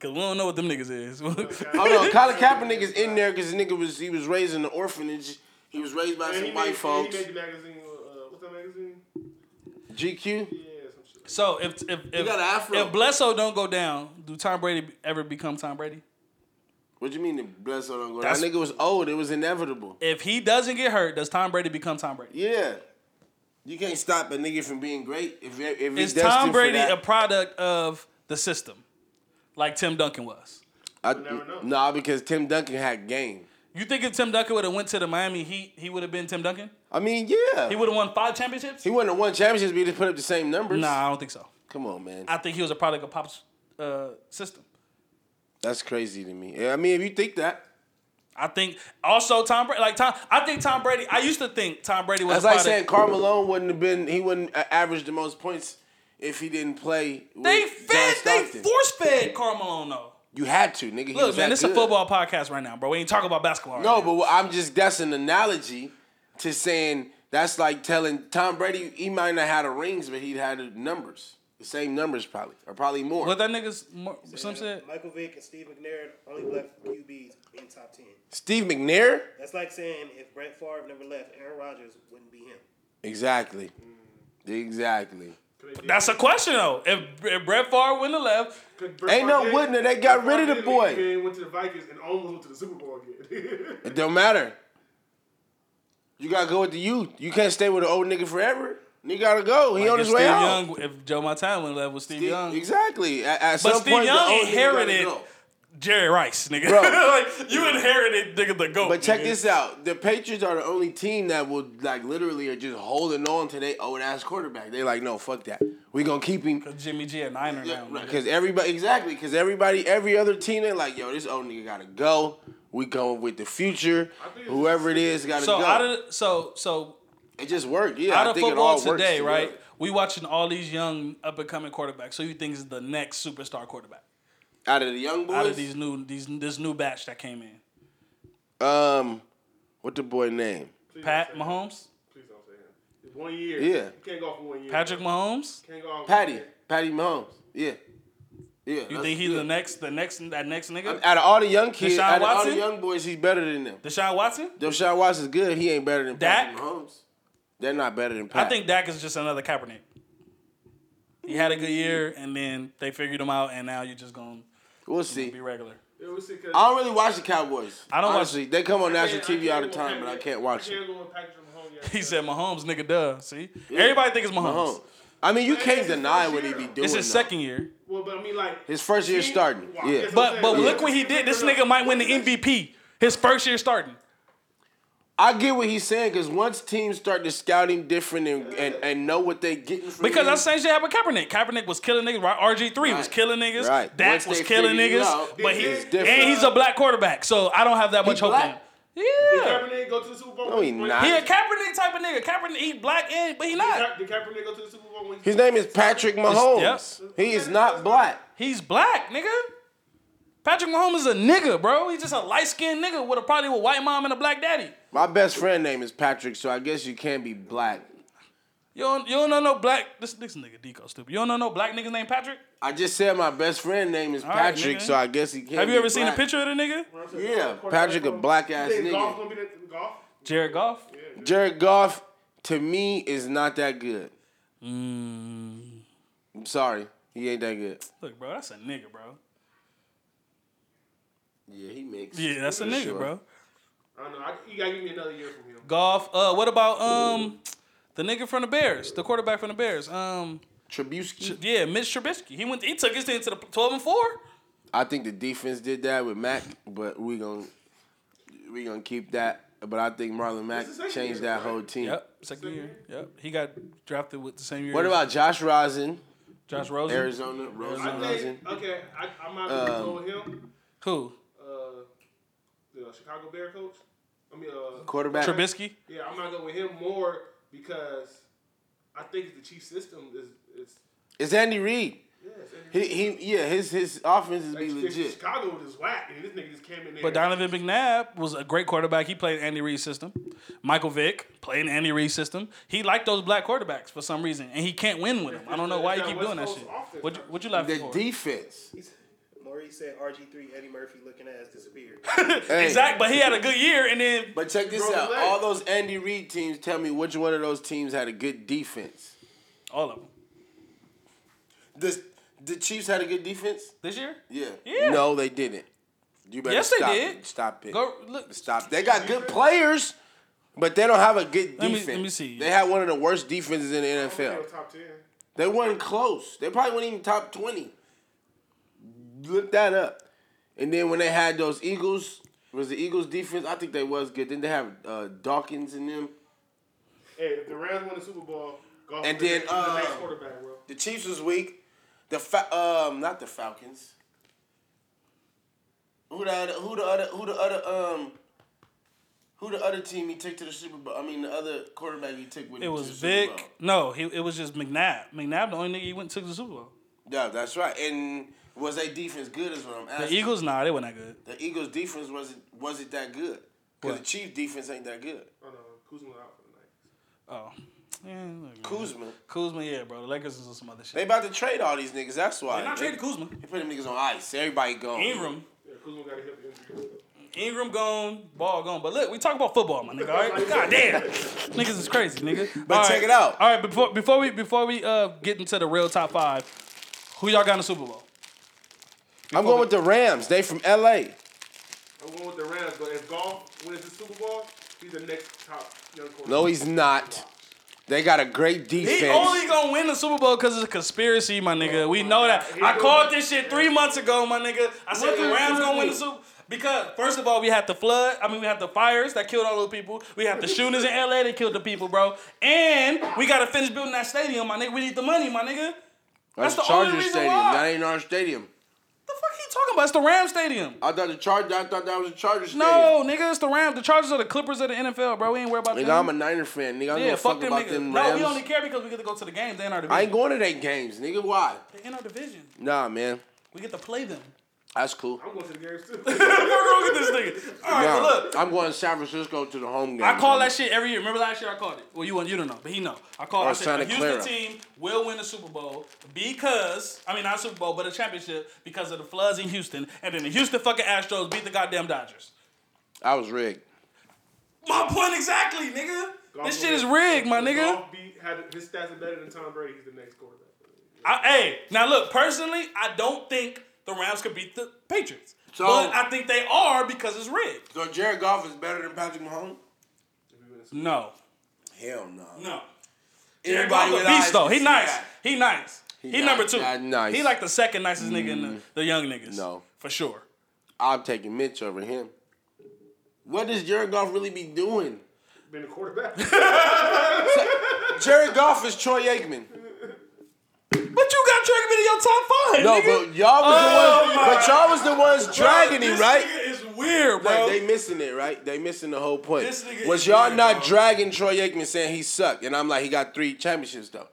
Speaker 1: Cause we don't know what them niggas is.
Speaker 2: Hold on, Colin Kaepernick is in there because nigga was he was raised in the orphanage. He was raised by
Speaker 4: And
Speaker 2: some
Speaker 4: he
Speaker 2: white
Speaker 4: made,
Speaker 2: folks.
Speaker 4: And he made the magazine. Uh, what's that magazine?
Speaker 2: GQ.
Speaker 4: Yeah, some shit.
Speaker 1: So if if if,
Speaker 2: got an afro.
Speaker 1: if Blesso don't go down, do Tom Brady ever become Tom Brady?
Speaker 2: What you mean the bless her don't go? That
Speaker 1: That's-
Speaker 2: nigga was old. It was inevitable.
Speaker 1: If he doesn't get hurt, does Tom Brady become Tom Brady?
Speaker 2: Yeah. You can't stop a nigga from being great if if he's
Speaker 1: Is
Speaker 2: destined
Speaker 1: Tom Brady
Speaker 2: for
Speaker 1: a
Speaker 2: that.
Speaker 1: product of the system, like Tim Duncan was?
Speaker 2: I-
Speaker 4: never know.
Speaker 2: Nah, because Tim Duncan had game.
Speaker 1: You think if Tim Duncan would have went to the Miami Heat, he would have been Tim Duncan?
Speaker 2: I mean, yeah.
Speaker 1: He
Speaker 2: He,
Speaker 1: would have won five championships?
Speaker 2: wouldn't have won championships if he just put up the same numbers.
Speaker 1: Nah, I don't think so.
Speaker 2: Come on, man.
Speaker 1: I think he was a product of Pop's uh, system.
Speaker 2: That's crazy to me. Yeah, I mean, if you think that.
Speaker 1: I think also Tom Brady. Like Tom, I think Tom Brady. I used to think Tom Brady was.
Speaker 2: That's like
Speaker 1: probably-
Speaker 2: saying Carmelo wouldn't have been. He wouldn't a- average the most points if he didn't play. With
Speaker 1: they
Speaker 2: John
Speaker 1: fed, they
Speaker 2: Stockton.
Speaker 1: force fed Carmelo though.
Speaker 2: you had to, nigga. He
Speaker 1: Look,
Speaker 2: was that
Speaker 1: man, this is
Speaker 2: good.
Speaker 1: a football podcast right now, bro. We ain't talking about basketball. Right
Speaker 2: No,
Speaker 1: now.
Speaker 2: but what- I'm just that's an analogy to saying that's like telling Tom Brady he might not had the rings, but he'd had the numbers, the same numbers probably, or probably more.
Speaker 1: what that niggas Mar- some said.
Speaker 5: uh, Michael Vick and Steve McNair only left QBs in top ten.
Speaker 2: Steve McNair,
Speaker 5: That's like saying if Brett Favre never left, Aaron Rodgers wouldn't be him.
Speaker 2: exactly, exactly.
Speaker 1: That's a question though. If, if Brett Favre wouldn't have left,
Speaker 2: Ain't no wouldn't it, they got rid of the boy.
Speaker 4: Game, went to the Vikings and almost went to the Super Bowl again.
Speaker 2: It don't matter. You gotta go with the youth. You can't stay with an old nigga forever. You gotta go. He
Speaker 1: like,
Speaker 2: on
Speaker 1: if
Speaker 2: his way
Speaker 1: Steve
Speaker 2: out.
Speaker 1: Young, if Joe Montana wouldn't have left with Steve,
Speaker 2: Steve-
Speaker 1: Young,
Speaker 2: Exactly. At, at
Speaker 1: But
Speaker 2: some
Speaker 1: Steve
Speaker 2: point, the
Speaker 1: Young
Speaker 2: old nigga gotta
Speaker 1: inherited-
Speaker 2: go.
Speaker 1: Jerry Rice, nigga.
Speaker 2: Bro.
Speaker 1: like you inherited, nigga, the goat.
Speaker 2: But check
Speaker 1: nigga.
Speaker 2: this out: the Patriots are the only team that will like literally are just holding on to their old ass quarterback. They like, no, fuck that. We gonna keep him
Speaker 1: Jimmy G a Niner now. nigga.
Speaker 2: because everybody exactly because everybody every other team they like, yo, this old nigga gotta go. We going with the future.
Speaker 4: think it's
Speaker 2: Whoever it is, gotta
Speaker 1: So
Speaker 2: go.
Speaker 1: out of so so
Speaker 2: it just worked. Yeah,
Speaker 1: out
Speaker 2: I
Speaker 1: of
Speaker 2: think it all
Speaker 1: football
Speaker 2: works
Speaker 1: today,
Speaker 2: together.
Speaker 1: right? We watching all these young up and coming quarterbacks. So you think is the next superstar quarterback
Speaker 2: Out of the young boys,
Speaker 1: out of these new these this new batch that came in?
Speaker 2: um, what the boy name?
Speaker 4: Please
Speaker 1: Pat
Speaker 4: don't say him.
Speaker 1: Mahomes,
Speaker 4: Please don't say him. It's one year.
Speaker 2: Yeah.
Speaker 4: You can't go off for one year.
Speaker 1: Patrick
Speaker 4: bro.
Speaker 1: Mahomes.
Speaker 4: Can't go off
Speaker 2: Patty, Patty Mahomes. Yeah, yeah.
Speaker 1: You think he's the next the next that next nigga?
Speaker 2: Out of all the young kids,
Speaker 1: Deshaun
Speaker 2: out of all
Speaker 1: Watson?
Speaker 2: the young boys, he's better than them.
Speaker 1: Deshaun Watson.
Speaker 2: Deshaun Watson's good. He ain't better than
Speaker 1: Dak?
Speaker 2: Patrick Mahomes. They're not better than
Speaker 1: I
Speaker 2: Pat.
Speaker 1: think Dak is just another Kaepernick. He had a good year, and then they figured him out, and now you're just gonna
Speaker 2: we'll see.
Speaker 1: be regular.
Speaker 4: Yeah, we'll see, 'cause
Speaker 2: I don't really watch the Cowboys.
Speaker 1: I don't watch-
Speaker 2: Honestly, they come on
Speaker 4: I
Speaker 2: national
Speaker 4: can't- I
Speaker 2: TV
Speaker 4: can't
Speaker 2: all the
Speaker 4: go
Speaker 2: time,
Speaker 4: with
Speaker 2: but I
Speaker 4: Patrick-
Speaker 2: can't watch
Speaker 4: I
Speaker 2: them.
Speaker 4: can't go with Patrick Mahomes. yeah.
Speaker 1: He said Mahomes, nigga, duh. See, everybody think it's Mahomes.
Speaker 2: Mahomes. I mean, you
Speaker 4: Man,
Speaker 2: can't
Speaker 4: it's his
Speaker 2: deny
Speaker 4: first
Speaker 2: what he
Speaker 4: year.
Speaker 2: be
Speaker 4: It's
Speaker 2: doing.
Speaker 1: It's his
Speaker 2: though.
Speaker 1: second year.
Speaker 4: Well, but I mean, like
Speaker 2: His first year
Speaker 4: team-
Speaker 2: starting,
Speaker 4: Wow,
Speaker 2: yeah.
Speaker 4: that's what I'm
Speaker 1: But but
Speaker 4: saying.
Speaker 1: look what he did. This nigga might win the MVP. His first year starting.
Speaker 2: I get what he's saying because once teams start to scout him different and, and, and know what they getting from
Speaker 1: Because
Speaker 2: him,
Speaker 1: that's the same shit happened with Kaepernick. Kaepernick was killing niggas. Right? RG3 was
Speaker 2: Right.
Speaker 1: killing niggas.
Speaker 2: Right.
Speaker 1: Dak
Speaker 2: Once
Speaker 1: was
Speaker 2: they
Speaker 1: killing
Speaker 2: figure you
Speaker 1: niggas.
Speaker 2: out,
Speaker 1: but he
Speaker 2: it's different.
Speaker 1: and he's a black quarterback, so I don't have that much hope in him.
Speaker 2: black?
Speaker 4: Did
Speaker 1: Yeah.
Speaker 4: Kaepernick go to the Super Bowl?
Speaker 2: No, he
Speaker 4: when-
Speaker 2: not.
Speaker 1: He a Kaepernick type of nigga. Kaepernick, he black and but he not.
Speaker 4: Ka- Did Kaepernick go to the Super Bowl? When
Speaker 2: his name is Patrick Mahomes.
Speaker 1: yep.
Speaker 2: He is not black.
Speaker 1: He's black, nigga. Patrick Mahomes is a nigga, bro. He's just a light skinned nigga with a probably with white mom and a black daddy.
Speaker 2: My best friend name is Patrick, so I guess you can't be black.
Speaker 1: You don't, you don't know no black. This, this nigga Deco stupid. You don't know no black niggas named Patrick.
Speaker 2: I just said my best friend name is
Speaker 1: All right,
Speaker 2: Patrick,
Speaker 1: nigga.
Speaker 2: so I guess he can't.
Speaker 1: Have you
Speaker 2: be
Speaker 1: ever seen a
Speaker 2: black.
Speaker 1: picture of the nigga?
Speaker 2: Yeah, Patrick a black ass
Speaker 4: You think golf
Speaker 2: nigga.
Speaker 4: gonna be the golf?
Speaker 1: Jared Goff.
Speaker 2: Jared Goff to me is not that good.
Speaker 1: Mm.
Speaker 2: I'm sorry, he ain't that good.
Speaker 1: Look, bro, that's a nigga, bro.
Speaker 2: Yeah, he makes.
Speaker 1: Yeah, that's a nigga, bro.
Speaker 4: I don't know. I, you gotta give me another year from him.
Speaker 1: Goff. Uh, what about um, the nigga from the Bears, the quarterback from the Bears? Um,
Speaker 2: Trubisky.
Speaker 1: yeah, Mitch Trubisky. He went. He took his team to the twelve and four.
Speaker 2: I think the defense did that with Mac, but we gonna we gonna keep that. But I think Marlon Mack
Speaker 4: It's the same
Speaker 2: changed
Speaker 4: year,
Speaker 2: that
Speaker 4: right?
Speaker 2: whole team.
Speaker 1: Yep, second year. Yep, he got drafted with the same year.
Speaker 2: What
Speaker 1: as
Speaker 2: about Josh Rosen,
Speaker 1: Josh Rosen?
Speaker 2: Arizona? Rosen,
Speaker 4: I
Speaker 2: Rosen.
Speaker 4: think, uh, okay, I, I might be
Speaker 2: Um,
Speaker 4: going with him.
Speaker 1: Who?
Speaker 4: Uh, the Chicago Bear coach. I mean, uh,
Speaker 2: Quarterback.
Speaker 1: Trubisky.
Speaker 4: Yeah, I'm not going with him more because I think the Chiefs system is is
Speaker 2: It's Andy Reid.
Speaker 4: yeah. it's-
Speaker 2: He, he yeah his his offense is be
Speaker 4: it's- it's-
Speaker 2: legit.
Speaker 4: Chicago is whack, and this nigga just came in there.
Speaker 1: But Donovan McNabb was a great quarterback. He played Andy Reid's system. Michael Vick played Andy Reid's system. He liked those black quarterbacks for some reason, and he can't win with them. I don't know why you keep doing that shit. What you, what you laughing
Speaker 2: The
Speaker 1: for?
Speaker 2: defense.
Speaker 5: He's, Maurice said RG3, Eddie Murphy looking ass disappeared.
Speaker 2: Hey.
Speaker 1: Exactly, but he had a good year, and then
Speaker 2: But check this
Speaker 4: Bro,
Speaker 2: out.
Speaker 4: relax.
Speaker 2: All those Andy Reid teams, tell me which one of those teams had a good defense.
Speaker 1: all of them
Speaker 2: The, the Chiefs had a good defense?
Speaker 1: this year.
Speaker 2: Yeah.
Speaker 1: Yeah.
Speaker 2: No, they didn't. You better
Speaker 1: Yes, they
Speaker 2: stop
Speaker 1: did.
Speaker 2: it. Stop it.
Speaker 1: Go look.
Speaker 2: Stop. They got good players, but they don't have a good
Speaker 1: Let me-
Speaker 2: defense.
Speaker 1: let me see.
Speaker 2: They had one of the worst defenses in the
Speaker 4: They were
Speaker 2: NFL.
Speaker 4: top ten.
Speaker 2: They weren't close. They probably weren't even top 20. Look that up. And then when they had those Eagles, was the Eagles defense? I think they was good. Didn't they have uh, Dawkins in them?
Speaker 4: Hey, if the Rams won the Super Bowl, golf
Speaker 2: And
Speaker 4: is the
Speaker 2: then,
Speaker 4: next- the next
Speaker 2: uh,
Speaker 4: quarterback, bro.
Speaker 2: The Chiefs was weak. The fa- um not the Falcons. Who the other, who the other who the other um Who the other team he took to the Super Bowl? I mean, the other quarterback he took with
Speaker 1: It
Speaker 2: him
Speaker 1: was
Speaker 2: to the Super Bowl.
Speaker 1: Vic. No, he, it was just McNabb. McNabb, the only nigga he went to the Super Bowl.
Speaker 2: Yeah, that's right. And was their defense good? Is what I'm
Speaker 1: The
Speaker 2: asking.
Speaker 1: Eagles, nah, they weren't that good.
Speaker 2: The Eagles defense wasn't was it that good? Because the
Speaker 1: What? Mm-hmm.
Speaker 2: Chiefs defense ain't that good.
Speaker 4: Oh no, Kuzma out for the night.
Speaker 1: Oh, yeah, look, man.
Speaker 2: Kuzma,
Speaker 1: Kuzma, yeah, bro. The Lakers is on some other shit.
Speaker 2: they about to trade all these niggas. That's why
Speaker 1: They're not
Speaker 2: they,
Speaker 1: trading Kuzma.
Speaker 2: they put them niggas on ice. Everybody gone.
Speaker 1: Ingram.
Speaker 4: Yeah, Kuzma got a hip injury.
Speaker 1: Ingram gone, ball gone. But look, we talk about football, my nigga. All right, god damn, niggas is crazy, nigga.
Speaker 2: But
Speaker 1: All
Speaker 2: check
Speaker 1: right.
Speaker 2: it out.
Speaker 1: All right, before before we before we uh get into the real top five, who y'all got in the Super Bowl?
Speaker 2: I'm going with the Rams. They from L.A.
Speaker 4: I'm going with the Rams, but if golf wins the Super Bowl, he's the next top young quarterback.
Speaker 2: No, he's not. They got a great defense.
Speaker 1: He only gonna win the Super Bowl because it's a conspiracy, my nigga. we know that.
Speaker 4: God. He
Speaker 1: I
Speaker 4: gonna-
Speaker 1: called this shit three months ago, my nigga. I said
Speaker 2: Oh, What
Speaker 1: the
Speaker 2: is
Speaker 1: Rams gonna win the
Speaker 2: this?
Speaker 1: Super because first of all, we had the flood. I mean, we had the fires that killed all those people. We had the shooters in LA that killed the people, bro. And we gotta finish building that stadium, my nigga. We need the money, my nigga. That's
Speaker 2: That's,
Speaker 1: the only
Speaker 2: Charger
Speaker 1: reason
Speaker 2: Stadium.
Speaker 1: why.
Speaker 2: That ain't our stadium.
Speaker 1: The fuck he talking about? It's the Rams Stadium.
Speaker 2: I thought the Charger. I thought that was a Charger Stadium.
Speaker 1: No, nigga, it's the Rams. The Chargers are the Clippers of the NFL, bro. We ain't worried about
Speaker 2: Nigga,
Speaker 1: them.
Speaker 2: I'm a Niner fan. Nigga, I don't
Speaker 1: yeah,
Speaker 2: give a
Speaker 1: fuck,
Speaker 2: fuck,
Speaker 1: them
Speaker 2: about
Speaker 1: niggas.
Speaker 2: them
Speaker 1: no,
Speaker 2: Rams.
Speaker 1: we only care because we get to go to the games. They in our division.
Speaker 2: I ain't going to their games, nigga. Why?
Speaker 1: They in our division.
Speaker 2: Nah, man.
Speaker 1: We get to play them.
Speaker 2: That's cool.
Speaker 4: I'm going to the games too.
Speaker 1: Fuck wrong with this nigga? All right,
Speaker 2: Nah,
Speaker 1: but look.
Speaker 2: I'm going to San Francisco to the home game.
Speaker 1: I call
Speaker 2: bro.
Speaker 1: that shit every year. Remember last year I called it. Well, you you don't know, but he know. I
Speaker 2: I
Speaker 1: called. I
Speaker 2: was
Speaker 1: said
Speaker 2: trying
Speaker 1: the
Speaker 2: to clear
Speaker 1: Houston team will win the Super Bowl because I mean not a Super Bowl, but a championship because of the floods in Houston, and then the Houston fucking Astros beat the goddamn Dodgers.
Speaker 2: I was rigged.
Speaker 1: My point exactly, nigga.
Speaker 4: Golf
Speaker 1: This
Speaker 4: will
Speaker 1: shit is
Speaker 4: win.
Speaker 1: rigged, my
Speaker 4: If
Speaker 1: nigga.
Speaker 4: Golf beat, had, his stats are better than Tom Brady. He's the next quarterback.
Speaker 1: I, hey, now look, personally, I don't think the Rams could beat the Patriots.
Speaker 2: So-
Speaker 1: but I think they are because it's rigged.
Speaker 2: So Jared Goff is better than Patrick Mahomes?
Speaker 4: If he wins the
Speaker 1: No.
Speaker 2: Hell no.
Speaker 1: No.
Speaker 2: Everybody
Speaker 1: Jared
Speaker 2: with
Speaker 1: Goff's a beast
Speaker 2: eyes
Speaker 1: though.
Speaker 2: can
Speaker 1: He
Speaker 2: see
Speaker 1: nice.
Speaker 2: that.
Speaker 1: He nice. He,
Speaker 2: nice.
Speaker 1: number two.
Speaker 2: Yeah, nice. Mm.
Speaker 1: He like the second nicest nigga in the, the young niggas.
Speaker 2: No.
Speaker 1: For sure.
Speaker 2: I'm taking Mitch over him. What does Jared Goff really be doing?
Speaker 4: Been a quarterback.
Speaker 2: Jared Goff is Troy Aikman.
Speaker 1: But you got Drake in your top five.
Speaker 2: No,
Speaker 1: nigga.
Speaker 2: but y'all was
Speaker 1: Oh
Speaker 2: the ones.
Speaker 1: my-
Speaker 2: But y'all was the ones dragging him,
Speaker 1: This
Speaker 2: right?
Speaker 1: nigga is weird, bro.
Speaker 2: Like, they missing it, right? They missing the whole point.
Speaker 1: This nigga
Speaker 2: Was
Speaker 1: is
Speaker 2: y'all
Speaker 1: weird,
Speaker 2: not
Speaker 1: bro.
Speaker 2: dragging Troy Aikman saying he sucked? And I'm like, he got three championships though,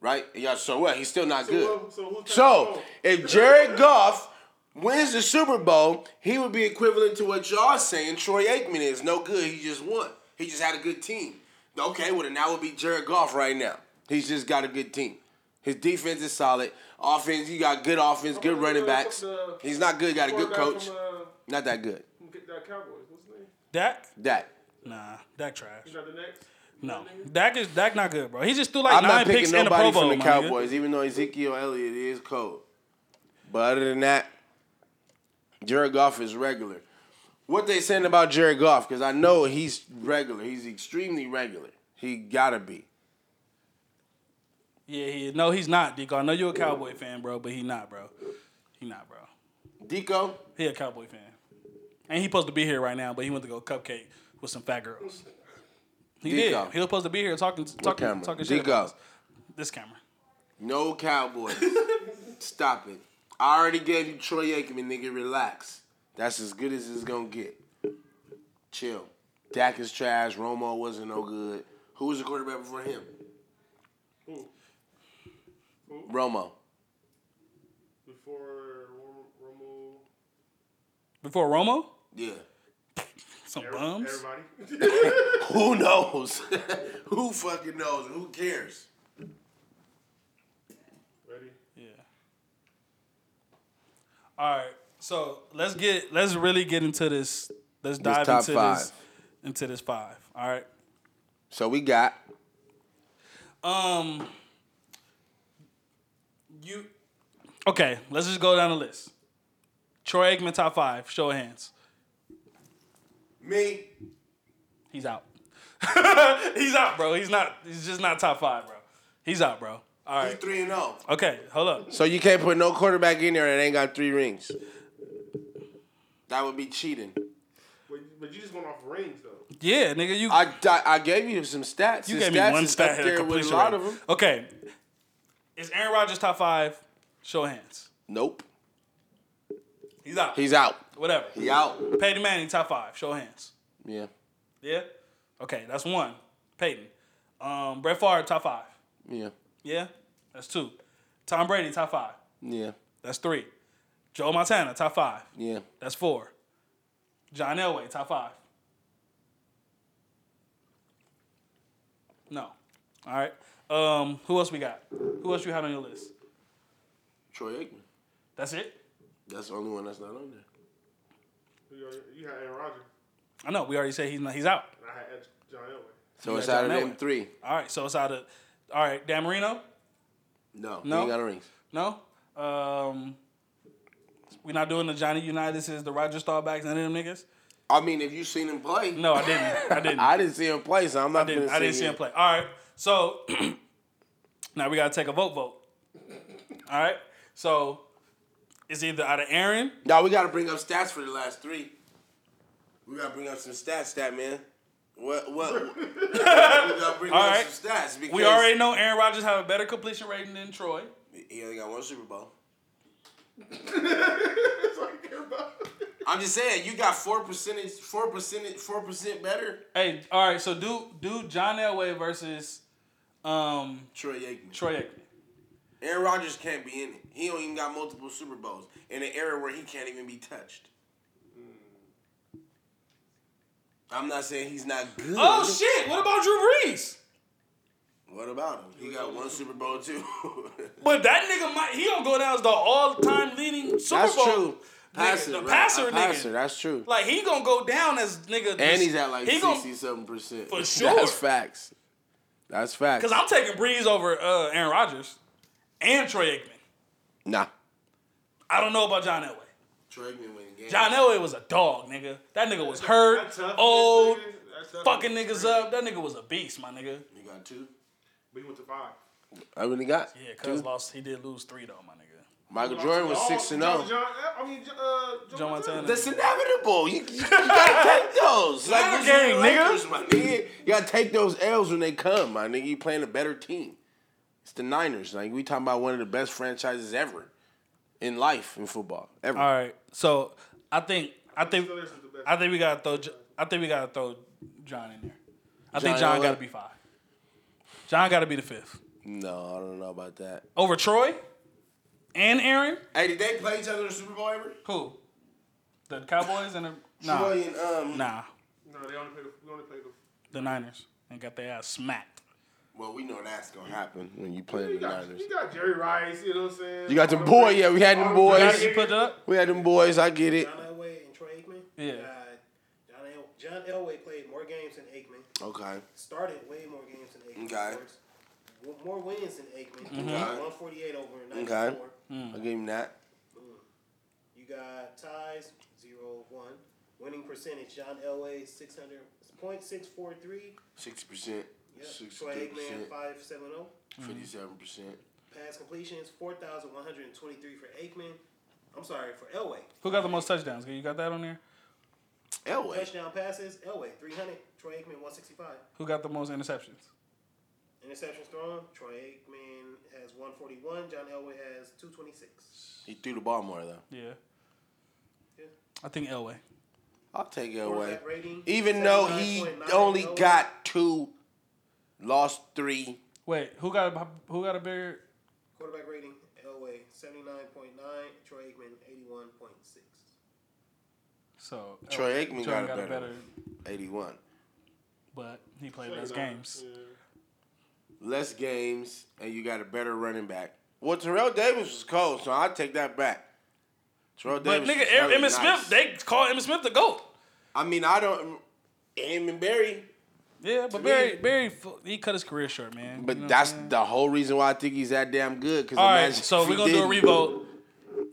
Speaker 2: right? And y'all, so what? He's still not good.
Speaker 4: who- so who takes the
Speaker 2: So
Speaker 4: ball?
Speaker 2: if Jared Goff wins the Super Bowl, he would be equivalent to what y'all saying Troy Aikman is no good. He just won. He just had a good team. Okay, well then that would be Jared Goff right now. He's just got a good team. His defense is solid. Offense, you got good offense, good running backs.
Speaker 4: The
Speaker 2: He's not good. Got a good
Speaker 4: quarterback
Speaker 2: coach.
Speaker 4: From, uh,
Speaker 2: Not that good.
Speaker 4: from the Cowboys. What's his name?
Speaker 1: Dak?
Speaker 2: That.
Speaker 1: Nah, Dak trash.
Speaker 4: He's not the next.
Speaker 1: No. Dak is Dak not good, bro. He just threw like
Speaker 2: I'm
Speaker 1: nine
Speaker 2: not
Speaker 1: picks
Speaker 2: picking
Speaker 1: in the Pro
Speaker 2: nobody
Speaker 1: Bowl.
Speaker 2: from the
Speaker 1: my nigga.
Speaker 2: Cowboys, even though Ezekiel Elliott is cold. But other than that, Jared Goff is regular. What they saying about Jared Goff? Because I know he's regular. He's extremely regular. He gotta be.
Speaker 1: Yeah, he no, he's not, Deco. I know you're a Cowboy fan, bro, but he not, bro. He not, bro.
Speaker 2: Deco,
Speaker 1: He a Cowboy fan, and he supposed to be here right now, but he went to go cupcake with some fat girls. He
Speaker 2: Deco.
Speaker 1: did. He was supposed to be here talking,
Speaker 2: what
Speaker 1: talking,
Speaker 2: camera?
Speaker 1: talking shit.
Speaker 2: Deco,
Speaker 1: about This camera.
Speaker 2: no Cowboys. Stop it. I already gave you Troy Aikman, nigga. Relax. That's as good as it's gonna get. Chill. Dak is trash. Romo wasn't no good. Who was the quarterback before him?
Speaker 4: Who?
Speaker 2: Romo.
Speaker 4: Before Rom- Romo.
Speaker 1: Before Romo,
Speaker 2: Yeah.
Speaker 1: some
Speaker 4: Every-
Speaker 1: bums.
Speaker 4: Everybody.
Speaker 2: Who knows? Who fucking knows? Who cares?
Speaker 4: Ready?
Speaker 1: Yeah. All right, so let's get let's really get into this. Let's dive
Speaker 2: top
Speaker 1: into this
Speaker 2: five.
Speaker 1: into this five. All right.
Speaker 2: So we got
Speaker 1: Um, you okay? Let's just go down the list. Troy Aikman top five. Show of hands.
Speaker 2: me.
Speaker 1: He's out. he's out, bro. He's not. He's just not top five, bro. He's out, bro. All
Speaker 2: We
Speaker 1: right.
Speaker 2: three and oh. zero.
Speaker 1: Okay. Hold up.
Speaker 2: So you can't put no quarterback in there that ain't got three rings. That would be cheating.
Speaker 4: But, but you just went off rings though.
Speaker 1: Yeah, nigga. You
Speaker 2: I, I, I gave you some stats.
Speaker 1: you
Speaker 2: His
Speaker 1: gave me
Speaker 2: stats
Speaker 1: one
Speaker 2: is
Speaker 1: stat
Speaker 2: up
Speaker 1: here.
Speaker 2: there with a lot of them.
Speaker 1: Okay. Is Aaron Rodgers top five? Show of hands.
Speaker 2: Nope.
Speaker 1: He's out.
Speaker 2: He's out.
Speaker 1: Whatever.
Speaker 2: He out.
Speaker 1: Peyton Manning top five. Show of hands.
Speaker 2: Yeah.
Speaker 1: Yeah. Okay, that's one. Peyton. Um, Brett Favre, top five.
Speaker 2: Yeah.
Speaker 1: Yeah, that's two. Tom Brady, top five.
Speaker 2: Yeah.
Speaker 1: That's three. Joe Montana, top five.
Speaker 2: Yeah.
Speaker 1: That's four. John Elway, top five. No. All right. Um, who else we got? Who else you had on your list?
Speaker 2: Troy Aikman.
Speaker 1: That's it.
Speaker 2: That's the only one that's not on there.
Speaker 4: You you had Aaron Rodgers,
Speaker 1: I know. We already said he's not. He's out.
Speaker 4: and I had John Elway.
Speaker 2: So
Speaker 1: Yeah,
Speaker 2: it's out of
Speaker 1: John
Speaker 2: them
Speaker 1: Elway.
Speaker 2: three.
Speaker 1: All right. So it's out of. All right. Dan Marino.
Speaker 2: No.
Speaker 1: No?
Speaker 2: No. ain't got a ring.
Speaker 1: No. Um, we're not doing the Johnny Unitas, is the Roger Staubacks, none of them niggas.
Speaker 2: I mean, if you seen him play,
Speaker 1: No, I didn't. I didn't.
Speaker 2: I didn't see him play, so I'm not
Speaker 1: I didn't,
Speaker 2: gonna
Speaker 1: I didn't
Speaker 2: sit
Speaker 1: see him
Speaker 2: here.
Speaker 1: play. All right. So now we got to take a vote vote. All right. So it's either out of Aaron.
Speaker 2: No, we gotta bring up stats for the last three. We gotta bring up some stats, stat man. What what we gotta bring up
Speaker 1: right.
Speaker 2: some stats because
Speaker 1: We already know Aaron Rodgers have a better completion rating than Troy.
Speaker 2: he only got one Super Bowl.
Speaker 4: That's all I care about.
Speaker 2: I'm just saying, you got four percentage four percentage four percent better.
Speaker 1: Hey, all right. So do do John Elway versus um,
Speaker 2: Troy Aikman.
Speaker 1: Troy Aikman.
Speaker 2: Aaron Rodgers can't be in it. He don't even got multiple Super Bowls in an era where he can't even be touched.
Speaker 1: Hmm.
Speaker 2: I'm not saying he's not good.
Speaker 1: Oh shit! What about Drew Brees?
Speaker 2: What about him? He got one Super Bowl too.
Speaker 1: But that nigga might he don't go down as the all time leading Super Bowl. Passer, the passer,
Speaker 2: A
Speaker 1: nigga.
Speaker 2: That's true.
Speaker 1: Like he gonna go down as nigga.
Speaker 2: And he's at like
Speaker 1: he gonna-
Speaker 2: sixty something percent.
Speaker 1: For sure.
Speaker 2: That's facts. That's facts.
Speaker 1: Cause I'm taking Breeze over uh, Aaron Rodgers and Troy Aikman.
Speaker 2: nah.
Speaker 1: I don't know about John Elway.
Speaker 2: Troy Aikman winning games.
Speaker 1: John Elway was a dog, nigga. That nigga was hurt,
Speaker 4: That tough,
Speaker 1: old,
Speaker 4: nigga. That tough
Speaker 1: fucking
Speaker 4: nigga.
Speaker 1: niggas up. That nigga was a beast, my nigga.
Speaker 2: You got two.
Speaker 4: We went to five.
Speaker 2: I really got.
Speaker 1: Yeah,
Speaker 2: two.
Speaker 1: cuz lost. He did lose three though, my nigga.
Speaker 2: Michael Jordan was
Speaker 4: All-
Speaker 2: six and oh.
Speaker 4: Oh, John-
Speaker 2: zero.
Speaker 4: John, I mean, uh, Joe
Speaker 1: Joe
Speaker 4: Montana.
Speaker 1: Montana.
Speaker 2: That's inevitable. You, you, you gotta take those. Like
Speaker 1: Not a
Speaker 2: this is the
Speaker 1: game,
Speaker 2: Lakers, my nigga. You gotta take those L's when they come, my nigga. You playing a better team. It's the Niners. Like we talking about one of the best franchises ever in life in football. Ever.
Speaker 1: All right, so I think I think
Speaker 4: Steelers is the best.
Speaker 1: I think we gotta throw J- I think we gotta throw John in there. I think
Speaker 2: John
Speaker 1: John
Speaker 2: Elway?
Speaker 1: gotta be five. John gotta be the fifth
Speaker 2: No, I don't know about that.
Speaker 1: over Troy and Aaron.
Speaker 2: Hey, did they play each other in the Super Bowl ever?
Speaker 1: Who? The Cowboys and the
Speaker 2: Troy
Speaker 1: nah,
Speaker 2: and um.
Speaker 1: nah,
Speaker 4: No, they only played. The, we only played. The,
Speaker 1: the Niners and got their ass smacked.
Speaker 2: Well, we know that's gonna happen when you play the
Speaker 4: you, got,
Speaker 2: Niners.
Speaker 4: you got Jerry Rice. You know what I'm saying?
Speaker 2: You got them
Speaker 4: All
Speaker 2: boy.
Speaker 4: them-
Speaker 2: Yeah, we had
Speaker 4: all
Speaker 2: them
Speaker 4: them guys
Speaker 1: Did
Speaker 2: boys.
Speaker 1: you put it up?
Speaker 2: We had them boys. I get it.
Speaker 5: John Elway and Troy Aikman.
Speaker 1: Yeah.
Speaker 5: God, John, El- John Elway played more games than Aikman.
Speaker 2: Okay.
Speaker 5: Started way more games than Aikman.
Speaker 2: Okay.
Speaker 5: of course. W- More wins than Aikman.
Speaker 2: Okay.
Speaker 5: 148 over 94.
Speaker 2: Okay. I gave him that.
Speaker 5: You got ties, 0 1. Winning percentage, John Elway, 600, 0.643.
Speaker 2: Sixty percent.
Speaker 5: Yep. Troy Aikman, 570.
Speaker 2: Fifty-seven percent.
Speaker 5: Pass completions, 4,123 for Aikman. I'm sorry, for Elway.
Speaker 1: Who got the most touchdowns? You got that on there?
Speaker 2: Elway.
Speaker 5: Touchdown passes, Elway, 300. Troy Aikman, 165.
Speaker 1: Who got the most interceptions?
Speaker 5: Interceptions thrown, Troy Aikman has 141. John Elway has 226.
Speaker 2: He threw the ball more though.
Speaker 1: Yeah.
Speaker 5: Yeah.
Speaker 1: I think Elway.
Speaker 2: I'll take Elway.
Speaker 5: Quarterback rating,
Speaker 2: Even though he
Speaker 5: 79.9
Speaker 2: only
Speaker 5: Elway.
Speaker 2: got two, lost three.
Speaker 1: Wait, who got a, who got a bigger?
Speaker 5: Quarterback rating, Elway, 79.9. Troy Aikman, 81.6.
Speaker 1: So
Speaker 2: Troy Aikman got a
Speaker 1: a
Speaker 2: better one. Eighty-one.
Speaker 1: but he played
Speaker 4: Played
Speaker 1: less
Speaker 4: the
Speaker 1: games.
Speaker 4: Niners,
Speaker 2: Less games, and you got a better running back. Well, Terrell Davis was cold, so I'll take that back. Terrell
Speaker 1: But
Speaker 2: Davis.
Speaker 1: nigga,
Speaker 2: was
Speaker 1: Em-
Speaker 2: very
Speaker 1: Emmitt
Speaker 2: nice.
Speaker 1: Smith, they call Emmitt Smith the goat.
Speaker 2: I mean, I don't. Eamon Berry.
Speaker 1: Yeah, but
Speaker 2: me-
Speaker 1: Barry, Barry, fu- he cut his career short, man.
Speaker 2: But
Speaker 1: You know what I'm
Speaker 2: that's
Speaker 1: saying?
Speaker 2: the whole reason why I think he's that damn good. Cause
Speaker 1: all
Speaker 2: imagine
Speaker 1: right. So
Speaker 2: if
Speaker 1: we're
Speaker 2: he
Speaker 1: gonna do a
Speaker 2: didn't.
Speaker 1: revote.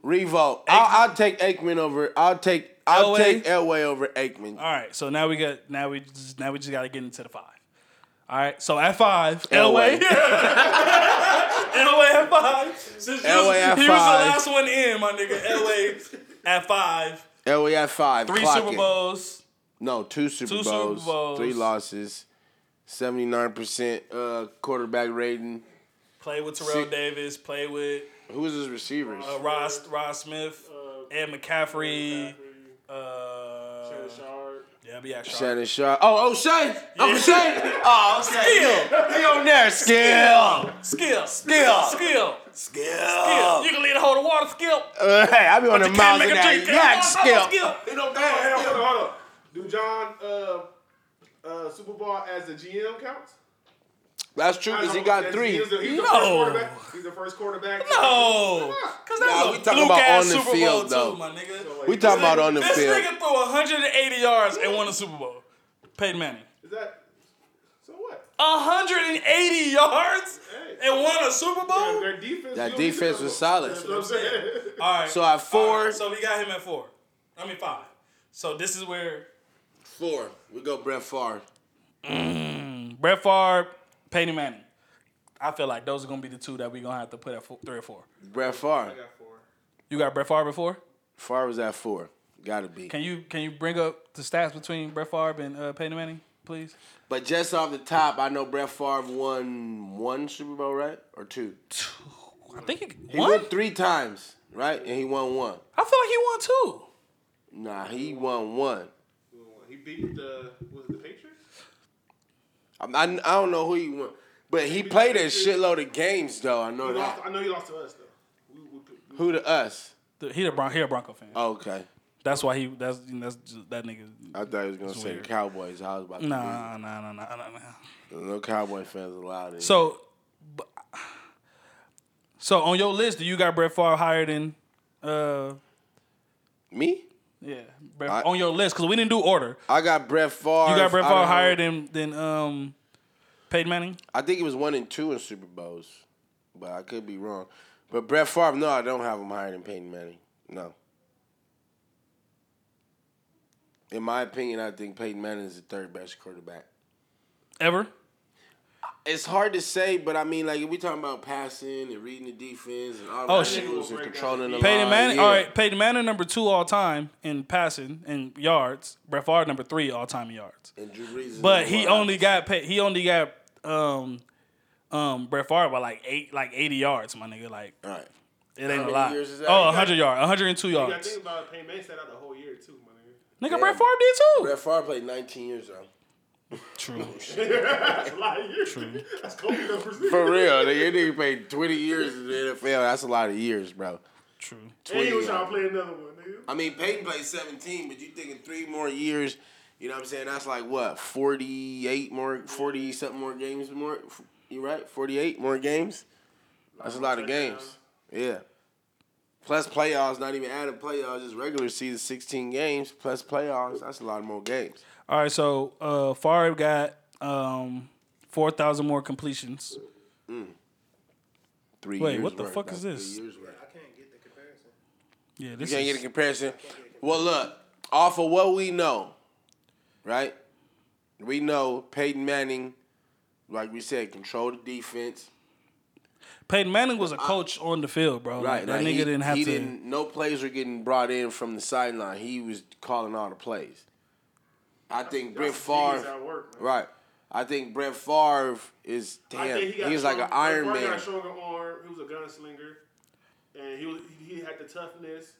Speaker 2: Revolt. I'll, I'll take Aikman over. I'll take. I'll
Speaker 1: Elway?
Speaker 2: take Elway over Aikman.
Speaker 1: All right. So now we got now we just, now we just got to get into the five. All right. So at five, Elway.
Speaker 2: Elway.
Speaker 1: Elway at five. Since you was-
Speaker 2: Elway at
Speaker 1: he was the
Speaker 2: five.
Speaker 1: last one in, my nigga. Elway at five.
Speaker 2: Elway at five.
Speaker 1: Three
Speaker 2: clock
Speaker 1: Super
Speaker 2: it.
Speaker 1: Bowls.
Speaker 2: No, two Super,
Speaker 1: Two Super
Speaker 2: Bowls,
Speaker 1: Bowls.
Speaker 2: Three losses. Seventy nine percent uh quarterback rating.
Speaker 1: Play with Terrell
Speaker 2: See-
Speaker 1: Davis. Play with
Speaker 2: Who was his receivers?
Speaker 1: uh, Ross Ross Smith,
Speaker 4: Uh,
Speaker 1: Ed McCaffrey.
Speaker 4: Jeffrey,
Speaker 1: Uh,
Speaker 4: Shannon Sharp.
Speaker 1: yeah, Yeah, be at Sharp.
Speaker 2: Shannon Sharp. Oh, O'Shea. O'Shea.
Speaker 6: Oh, okay.
Speaker 1: Skill,
Speaker 2: He on there. Skill.
Speaker 1: skill, skill, Oh. skill,
Speaker 6: Skill.
Speaker 1: skill. You can lead a hold of water, skill.
Speaker 2: Uh, hey, I be on the
Speaker 1: You can't
Speaker 2: mouth
Speaker 1: make
Speaker 2: and
Speaker 1: a
Speaker 2: that
Speaker 1: drink.
Speaker 2: yak
Speaker 1: Come on, come on,
Speaker 2: skill.
Speaker 4: Hey, no, hey, hey, hold on, hold on. Do John uh, uh, Super Bowl as a GM counts?
Speaker 2: That's true because he got three.
Speaker 4: He's the, he's the
Speaker 1: No.
Speaker 4: first quarterback. He's the first quarterback.
Speaker 1: No, because that's
Speaker 2: Nah,
Speaker 1: a
Speaker 2: we talking
Speaker 1: fluke
Speaker 2: about
Speaker 1: ass
Speaker 2: on the
Speaker 1: Super
Speaker 2: field,
Speaker 1: Bowl
Speaker 2: though.
Speaker 1: too, my nigga.
Speaker 2: We talking about on the
Speaker 1: this
Speaker 2: field.
Speaker 1: nigga threw 180 yards and won the Super Bowl. Peyton Manning.
Speaker 4: Is that so? What?
Speaker 1: 180 yards and won a Super Bowl?
Speaker 4: Their defense.
Speaker 2: That
Speaker 4: do win the
Speaker 2: defense was
Speaker 4: Super Bowl.
Speaker 2: solid.
Speaker 4: That's what I'm saying.
Speaker 1: All right.
Speaker 2: So at four-
Speaker 1: All right, so we got him at four. I mean five. So this is where
Speaker 2: Four. We go Brett Favre.
Speaker 1: Brett Favre, Peyton Manning. I feel like those are gonna be the two that we're gonna have to put at four, three or four.
Speaker 2: Brett Favre.
Speaker 4: I got four.
Speaker 1: You got Brett Favre at four?
Speaker 2: Favre was at four. Gotta be.
Speaker 1: Can you can you bring up the stats between Brett Favre and uh, Peyton Manning, please?
Speaker 2: But just off the top, I know Brett Favre won one Super Bowl, right? Or two?
Speaker 1: I think it,
Speaker 2: He
Speaker 1: one.
Speaker 2: won three times, right? And he won one.
Speaker 1: I feel like he won two.
Speaker 2: Nah, he won one.
Speaker 4: He beat the was it the Patriots?
Speaker 2: I, I, I don't know who he won. But he played a shitload of games, though. I know
Speaker 4: He lost,
Speaker 2: that.
Speaker 4: I know you lost to us though. We, we, we,
Speaker 2: Who to us? Oh,
Speaker 1: The- He a, Bron- he a Bronco fan.
Speaker 2: Okay.
Speaker 1: That's why he. That's that's just, that nigga.
Speaker 2: I thought he was going to
Speaker 1: It's
Speaker 2: say the
Speaker 1: weird.
Speaker 2: Cowboys. I was about to
Speaker 1: Nah, nah, nah, nah, nah, nah.
Speaker 2: be- No Cowboy fans allowed in.
Speaker 1: So, bu- so on your list, do you got Brett Favre higher than? Uh,
Speaker 2: Me?
Speaker 1: yeah, Brett,
Speaker 2: I-
Speaker 1: on your list because we didn't do order.
Speaker 2: I got Brett Favre.
Speaker 1: You got Brett
Speaker 2: I don't
Speaker 1: Favre
Speaker 2: know.
Speaker 1: higher than than um, Peyton Manning.
Speaker 2: I think it was one and two in Super Bowls, but I could be wrong. But Brett Favre, no, I don't have him higher than Peyton Manning. No. In my opinion, I think Peyton Manning is the third best quarterback.
Speaker 1: Ever?
Speaker 2: It's hard to say, but I mean, like if we talking about passing and reading the defense and all
Speaker 1: Oh,
Speaker 2: that
Speaker 1: shit.
Speaker 2: rules and controlling the
Speaker 1: Peyton
Speaker 2: line,
Speaker 1: Manning.
Speaker 2: yeah.
Speaker 1: All right, Peyton Manning number two all time in passing and yards. Brett Favre number three all time in yards.
Speaker 2: And Drew Brees is
Speaker 1: But
Speaker 2: number
Speaker 1: he
Speaker 2: one.
Speaker 1: only got pay, he only got um um Brett Favre by like eight like eighty yards, my nigga. Like
Speaker 2: All right.
Speaker 1: it ain't a
Speaker 2: many
Speaker 1: lot.
Speaker 2: years is that?
Speaker 1: Oh, hundred yards, hundred and two
Speaker 4: you got to
Speaker 1: yards.
Speaker 4: think about it, Peyton Manning sat out the whole year too, my nigga.
Speaker 1: Nigga,
Speaker 2: Yeah.
Speaker 1: Brett Favre did too.
Speaker 2: Brett Favre played 19 years though.
Speaker 1: True.
Speaker 4: That's a lot of years. That's cold numbers.
Speaker 2: For real, nigga, nigga played 20 years in the NFL. That's a lot of years, bro.
Speaker 1: True.
Speaker 4: And he
Speaker 2: 20
Speaker 4: was trying to play another one, nigga.
Speaker 2: I mean, Peyton played 17, but you thinking three more years, you know what I'm saying? That's like what, 48 more, 40 something more games more? F- You right? 48 more games? That's a lot of games. Yeah. Plus playoffs, not even added playoffs, just regular season 16 games, plus playoffs. That's a lot more games.
Speaker 1: All right, so uh Favre got um four thousand more completions.
Speaker 2: Three
Speaker 1: Wait,
Speaker 2: years
Speaker 1: what the
Speaker 2: worth,
Speaker 1: fuck
Speaker 2: not
Speaker 1: is
Speaker 2: three
Speaker 1: this?
Speaker 2: years worth.
Speaker 5: I can't get the comparison.
Speaker 1: Yeah, this
Speaker 2: You can't
Speaker 1: is
Speaker 2: get a comparison. Well, look, off of what we know, right? We know Peyton Manning, like we said, control the defense.
Speaker 1: Peyton Manning was a coach on the field, bro. Like,
Speaker 2: Right,
Speaker 1: that
Speaker 2: like,
Speaker 1: nigga
Speaker 2: he,
Speaker 1: didn't have
Speaker 2: he
Speaker 1: to.
Speaker 2: Didn't, no plays were getting brought in from the sideline. He was calling all the plays. I think Brett
Speaker 4: Genius at
Speaker 2: Favre.
Speaker 4: work, man.
Speaker 2: Right. I think Brett Favre is
Speaker 4: I
Speaker 2: damn.
Speaker 4: think
Speaker 2: He
Speaker 4: got
Speaker 2: was like an
Speaker 4: stronger-
Speaker 2: Iron
Speaker 4: Favre
Speaker 2: Man.
Speaker 4: Got a stronger arm. He was a gunslinger, and he was he had the toughness.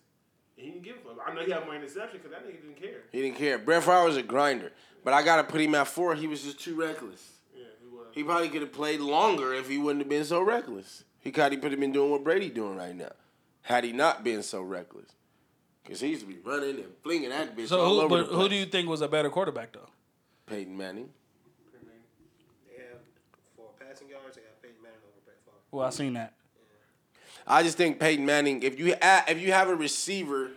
Speaker 4: And he didn't give a fuck. I know he had more interception because that nigga didn't care.
Speaker 2: He didn't care. Brett Favre was a grinder, but I gotta put him at four. He was just too reckless.
Speaker 4: Yeah, he was.
Speaker 2: He probably could have played longer if he wouldn't have been so reckless. He could have been doing what Brady doing right now, had he not been so reckless. Cause he used to be running and flinging that bitch
Speaker 1: so
Speaker 2: all
Speaker 1: who,
Speaker 2: over
Speaker 1: but
Speaker 2: the
Speaker 1: who
Speaker 2: place.
Speaker 1: do you think was a better quarterback though?
Speaker 2: Peyton Manning.
Speaker 5: They have for passing yards. They have Peyton Manning over Brett Favre.
Speaker 1: Well, I seen that.
Speaker 2: I just think Peyton Manning. If you a- if you have a receiver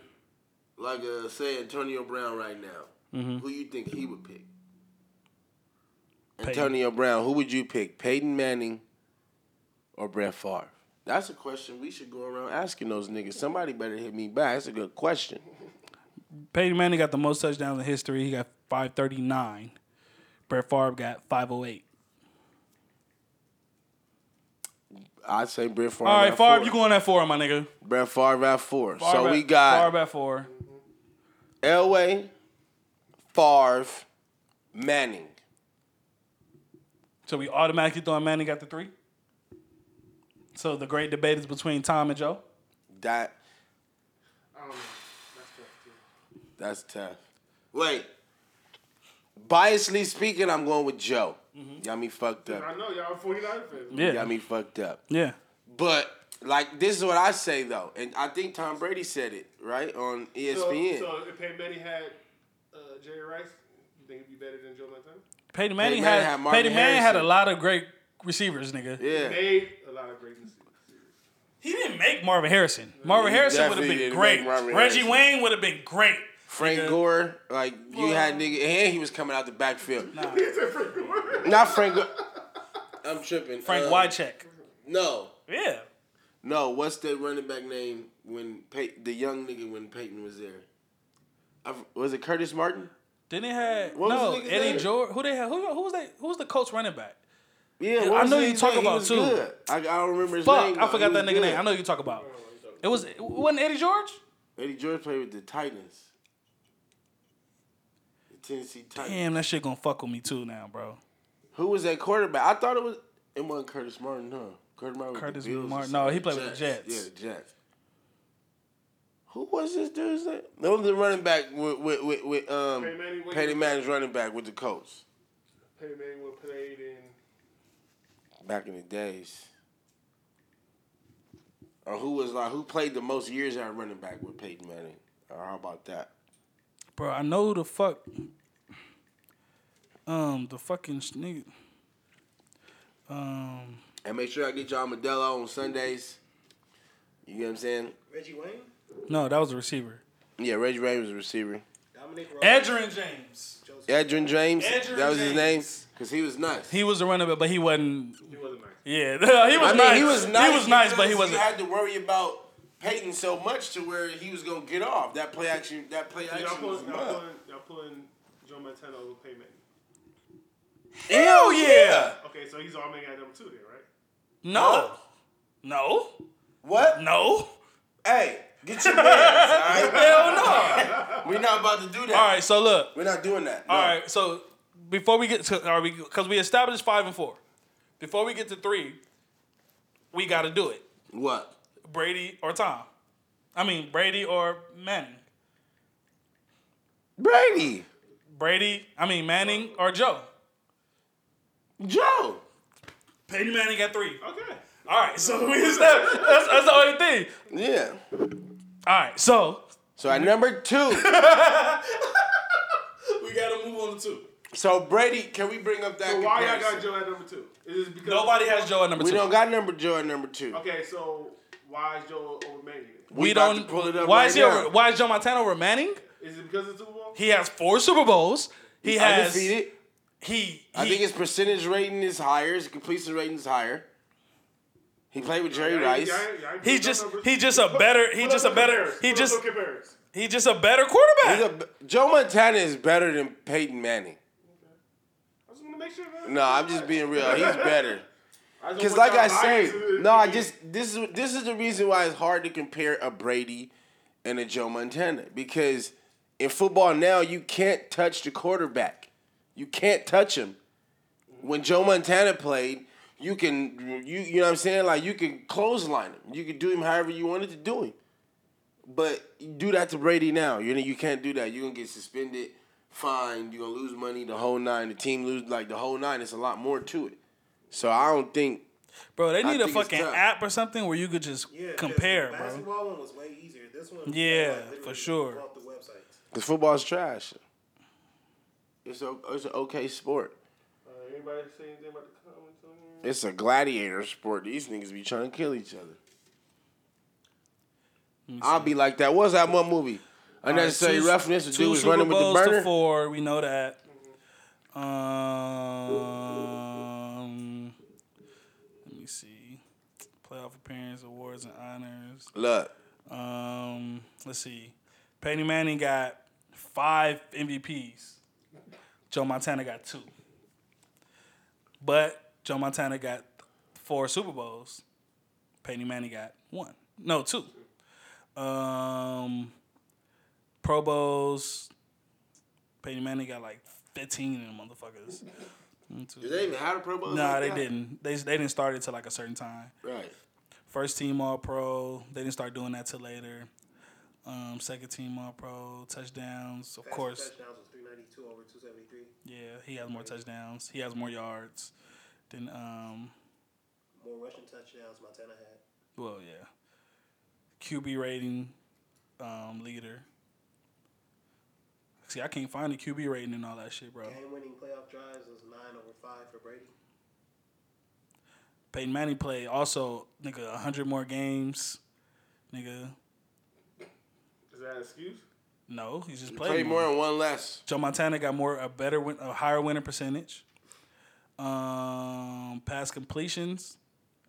Speaker 2: like uh, say Antonio Brown right now,
Speaker 1: Mm-hmm.
Speaker 2: who you think he would pick?
Speaker 1: Peyton.
Speaker 2: Antonio Brown. Who would you pick? Peyton Manning or Brett Favre? That's a question we should go around asking those niggas. Somebody better hit me back. That's a good question.
Speaker 1: Peyton Manning got the most touchdowns in history. He got 539. Brett Favre got 508.
Speaker 2: I'd say Brett Favre.
Speaker 1: All right,
Speaker 2: at
Speaker 1: Favre,
Speaker 2: four.
Speaker 1: you going at four, my nigga.
Speaker 2: Brett Favre at four. so
Speaker 1: Favre
Speaker 2: we
Speaker 1: at-
Speaker 2: got
Speaker 1: Favre at four.
Speaker 2: Elway, Favre, Manning.
Speaker 1: So we automatically throwing Manning at the three. So the great debate is between Tom and Joe.
Speaker 2: That
Speaker 4: I don't know. That's tough too.
Speaker 2: that's tough. Wait, biasly speaking, I'm going with Joe.
Speaker 4: Mm-hmm.
Speaker 2: Got me fucked up.
Speaker 4: I know y'all 49 fans.
Speaker 1: Yeah.
Speaker 2: Got me fucked up.
Speaker 1: Yeah.
Speaker 2: But like this is what I say though, and I think Tom Brady said it right on E
Speaker 4: So,
Speaker 2: ESPN.
Speaker 4: so if Peyton Manning had uh, Jerry Rice, you think it'd be better than Joe Montana?
Speaker 1: Peyton
Speaker 2: Peyton Manning
Speaker 1: Manning had,
Speaker 2: had Marvin
Speaker 1: Peyton Manning had a
Speaker 2: Harrison.
Speaker 1: lot of great receivers, nigga.
Speaker 2: yeah,
Speaker 4: Made a lot of great mistakes.
Speaker 1: He didn't make Marvin Harrison. Marvin Harrison would have
Speaker 2: definitely
Speaker 1: been
Speaker 2: didn't
Speaker 1: great.
Speaker 2: make Marvin
Speaker 1: Reggie
Speaker 2: Harrison.
Speaker 1: Wayne would have been great.
Speaker 2: Frank
Speaker 1: nigga.
Speaker 2: Gore, like you had nigga, and he was coming out the backfield.
Speaker 4: It's a freaking word.
Speaker 2: Not Frank. Gore. I'm tripping.
Speaker 1: Frank
Speaker 2: Uh,
Speaker 1: Wycheck.
Speaker 2: No,
Speaker 1: Yeah.
Speaker 2: no. What's the running back name when Pey- the young nigga when Peyton was there? I, was it Curtis Martin?
Speaker 1: Didn't they had
Speaker 2: What was
Speaker 1: no
Speaker 2: the nigga's
Speaker 1: Eddie
Speaker 2: name?
Speaker 1: George? Who they had? Who, who was they? Who was the Colts running back?
Speaker 2: Yeah,
Speaker 1: Yeah,
Speaker 2: what
Speaker 1: I
Speaker 2: was
Speaker 1: know
Speaker 2: his
Speaker 1: you talk
Speaker 2: name? He
Speaker 1: about
Speaker 2: was
Speaker 1: too.
Speaker 2: good. I, I don't remember his
Speaker 1: Fuck,
Speaker 2: name.
Speaker 1: I forgot
Speaker 2: though.
Speaker 1: that
Speaker 2: He
Speaker 1: nigga
Speaker 2: was
Speaker 1: name. I
Speaker 2: good.
Speaker 1: know you talk about. It was it wasn't Eddie George?
Speaker 2: Eddie George played with the Titans. The Tennessee Titans.
Speaker 1: Damn, that shit gonna fuck with me too now, bro.
Speaker 2: Who was that quarterback? I thought it was it wasn't Curtis Martin, huh? Curtis Martin. with the
Speaker 1: Curtis
Speaker 2: Bills or
Speaker 1: Martin-
Speaker 2: something.
Speaker 1: no, he played with the Jets.
Speaker 2: Yeah, the Jets. Who was this dude's name? That was the running back with with with, with um
Speaker 4: Peyton Manning, what
Speaker 2: Peyton
Speaker 4: year?
Speaker 2: Manning's running back with the Colts
Speaker 4: Peyton Manning would have played in.
Speaker 2: back in the days. Or who was like who played the most years at running back with Peyton Manning? Or how about that?
Speaker 1: Bro, I know the fuck. Um, the fucking sh- nigga. Um,
Speaker 2: And make sure I get y'all Modelo on Sundays. You know what I'm saying?
Speaker 5: Reggie Wayne,
Speaker 1: no, that was a receiver.
Speaker 2: Yeah, Reggie Ray was a receiver.
Speaker 5: Dominic Rose,
Speaker 1: Edgerrin James.
Speaker 2: Edrin James,
Speaker 1: Edgerrin
Speaker 2: that was his name,
Speaker 1: James.
Speaker 2: because he was nice.
Speaker 1: He was a running back, but he wasn't.
Speaker 4: He wasn't nice.
Speaker 1: Yeah, he was nice. He was nice, but
Speaker 2: because
Speaker 1: he wasn't.
Speaker 2: You had to worry about Peyton so much to where he was gonna get off. That play action, that play action
Speaker 4: Y'all
Speaker 2: was
Speaker 4: pulling, y'all,
Speaker 2: wild.
Speaker 4: pulling, y'all pulling Joe Montana over Peyton Manning.
Speaker 2: Hell yeah!
Speaker 4: Okay, so he's automatic at number two then, right?
Speaker 1: No, no,
Speaker 2: What?
Speaker 1: no.
Speaker 2: Hey, get your wins. all right?
Speaker 1: Hell no.
Speaker 2: We're not about to do that.
Speaker 1: All right, so look.
Speaker 2: We're not doing that.
Speaker 1: All right, so before we get to are we because we established five and four. Before we get to three, we got to do it.
Speaker 2: What?
Speaker 1: Brady or Tom. I mean Brady or Manning.
Speaker 2: Brady,
Speaker 1: Brady. I mean Manning or Joe.
Speaker 2: Joe.
Speaker 1: Peyton Manning got three.
Speaker 4: Okay.
Speaker 1: All right, so we established that's, that's the only thing.
Speaker 2: Yeah.
Speaker 1: All right, so
Speaker 2: So at number two.
Speaker 1: we got to move on to two.
Speaker 2: So Brady, can we bring up that?
Speaker 4: So why y'all
Speaker 2: comparison?
Speaker 4: got Joe at number two? Is it because
Speaker 1: Nobody has Joe at number
Speaker 2: We
Speaker 1: two.
Speaker 2: don't got number Joe at number two.
Speaker 4: Okay, so why is Joe over Manning?
Speaker 1: we
Speaker 2: about
Speaker 1: don't
Speaker 2: to pull it up
Speaker 1: Why
Speaker 2: right
Speaker 1: is he?
Speaker 2: now.
Speaker 1: Over, why is Joe Montana over Manning?
Speaker 4: Is it because of the Super Bowl?
Speaker 1: He has four Super Bowls. He has
Speaker 2: Undefeated.
Speaker 1: he. he
Speaker 2: I think his percentage rating is higher. His completion rating is higher. He played with Jerry Rice.
Speaker 1: He just he just a better he just a better he just
Speaker 4: compares.
Speaker 1: he just a better
Speaker 2: He's
Speaker 1: quarterback.
Speaker 2: a, Joe Montana is better than Peyton Manning.
Speaker 4: I just want to make sure. man.
Speaker 2: No, I'm just being real. He's better.
Speaker 4: I just
Speaker 2: Because like
Speaker 4: want y'all
Speaker 2: I
Speaker 4: biased
Speaker 2: say,
Speaker 4: to-
Speaker 2: no, I just this is this is the reason why it's hard to compare a Brady and a Joe Montana because in football now you can't touch the quarterback, you can't touch him. When Joe Montana played, you can you you know what I'm saying like you can clothesline him, you can do him however you wanted to do him, but you do that to Brady now. You know you can't do that. You're gonna get suspended, fined. You're gonna lose money. The whole nine. The team lose like the whole nine. It's a lot more to it. So I don't think
Speaker 1: Bro, they need
Speaker 2: think
Speaker 1: a
Speaker 2: it's
Speaker 1: fucking
Speaker 2: tough.
Speaker 1: app or something where you could just
Speaker 5: Yeah, 'cause
Speaker 1: compare,
Speaker 5: the
Speaker 1: bro.
Speaker 5: Basketball one was way easier. This one, was
Speaker 1: Yeah,
Speaker 5: like literally
Speaker 1: for sure.
Speaker 5: bought The websites.
Speaker 2: Cause football's trash. It's a it's an okay sport.
Speaker 4: Uh, anybody say anything about the comments on here?
Speaker 2: It's a gladiator sport. These niggas be trying to kill each other. I'll be like that. What was that one movie? Unnecessary
Speaker 1: Two-
Speaker 2: roughness. The
Speaker 1: two
Speaker 2: dude was
Speaker 1: Super
Speaker 2: running with the
Speaker 1: Bowls to
Speaker 2: burner.
Speaker 1: Four, we know that. Um, let me see. Playoff appearance, awards, and honors.
Speaker 2: Look,
Speaker 1: Um, let's see. Peyton Manning got five MVPs. Joe Montana got two. But Joe Montana got four Super Bowls. Peyton Manning got one. No, two. Um, Pro Bowls. Peyton Manning got like 15 in them motherfuckers. One, two,
Speaker 2: did they even have a Pro Bowl?
Speaker 1: Nah,
Speaker 2: like
Speaker 1: they
Speaker 2: that?
Speaker 1: didn't. They, they didn't start it till like a certain time
Speaker 2: Right.
Speaker 1: first team All Pro. They didn't start doing that till later. Um, second team All Pro, touchdowns, of
Speaker 5: Fast
Speaker 1: course.
Speaker 5: touchdowns was 392 over 273.
Speaker 1: Yeah, he has more touchdowns. He has more yards than um.
Speaker 5: More rushing touchdowns Montana had.
Speaker 1: Well, yeah. QB rating um, leader. See, I can't find the QB rating and all that shit, bro.
Speaker 5: Game winning playoff drives was nine over five for Brady.
Speaker 1: Peyton Manning played also, nigga, 100 more games. Nigga,
Speaker 4: Is that an excuse?
Speaker 1: no, he just played,
Speaker 2: Play more and one less.
Speaker 1: Joe Montana got more a better win, a higher winning percentage. Um, pass completions.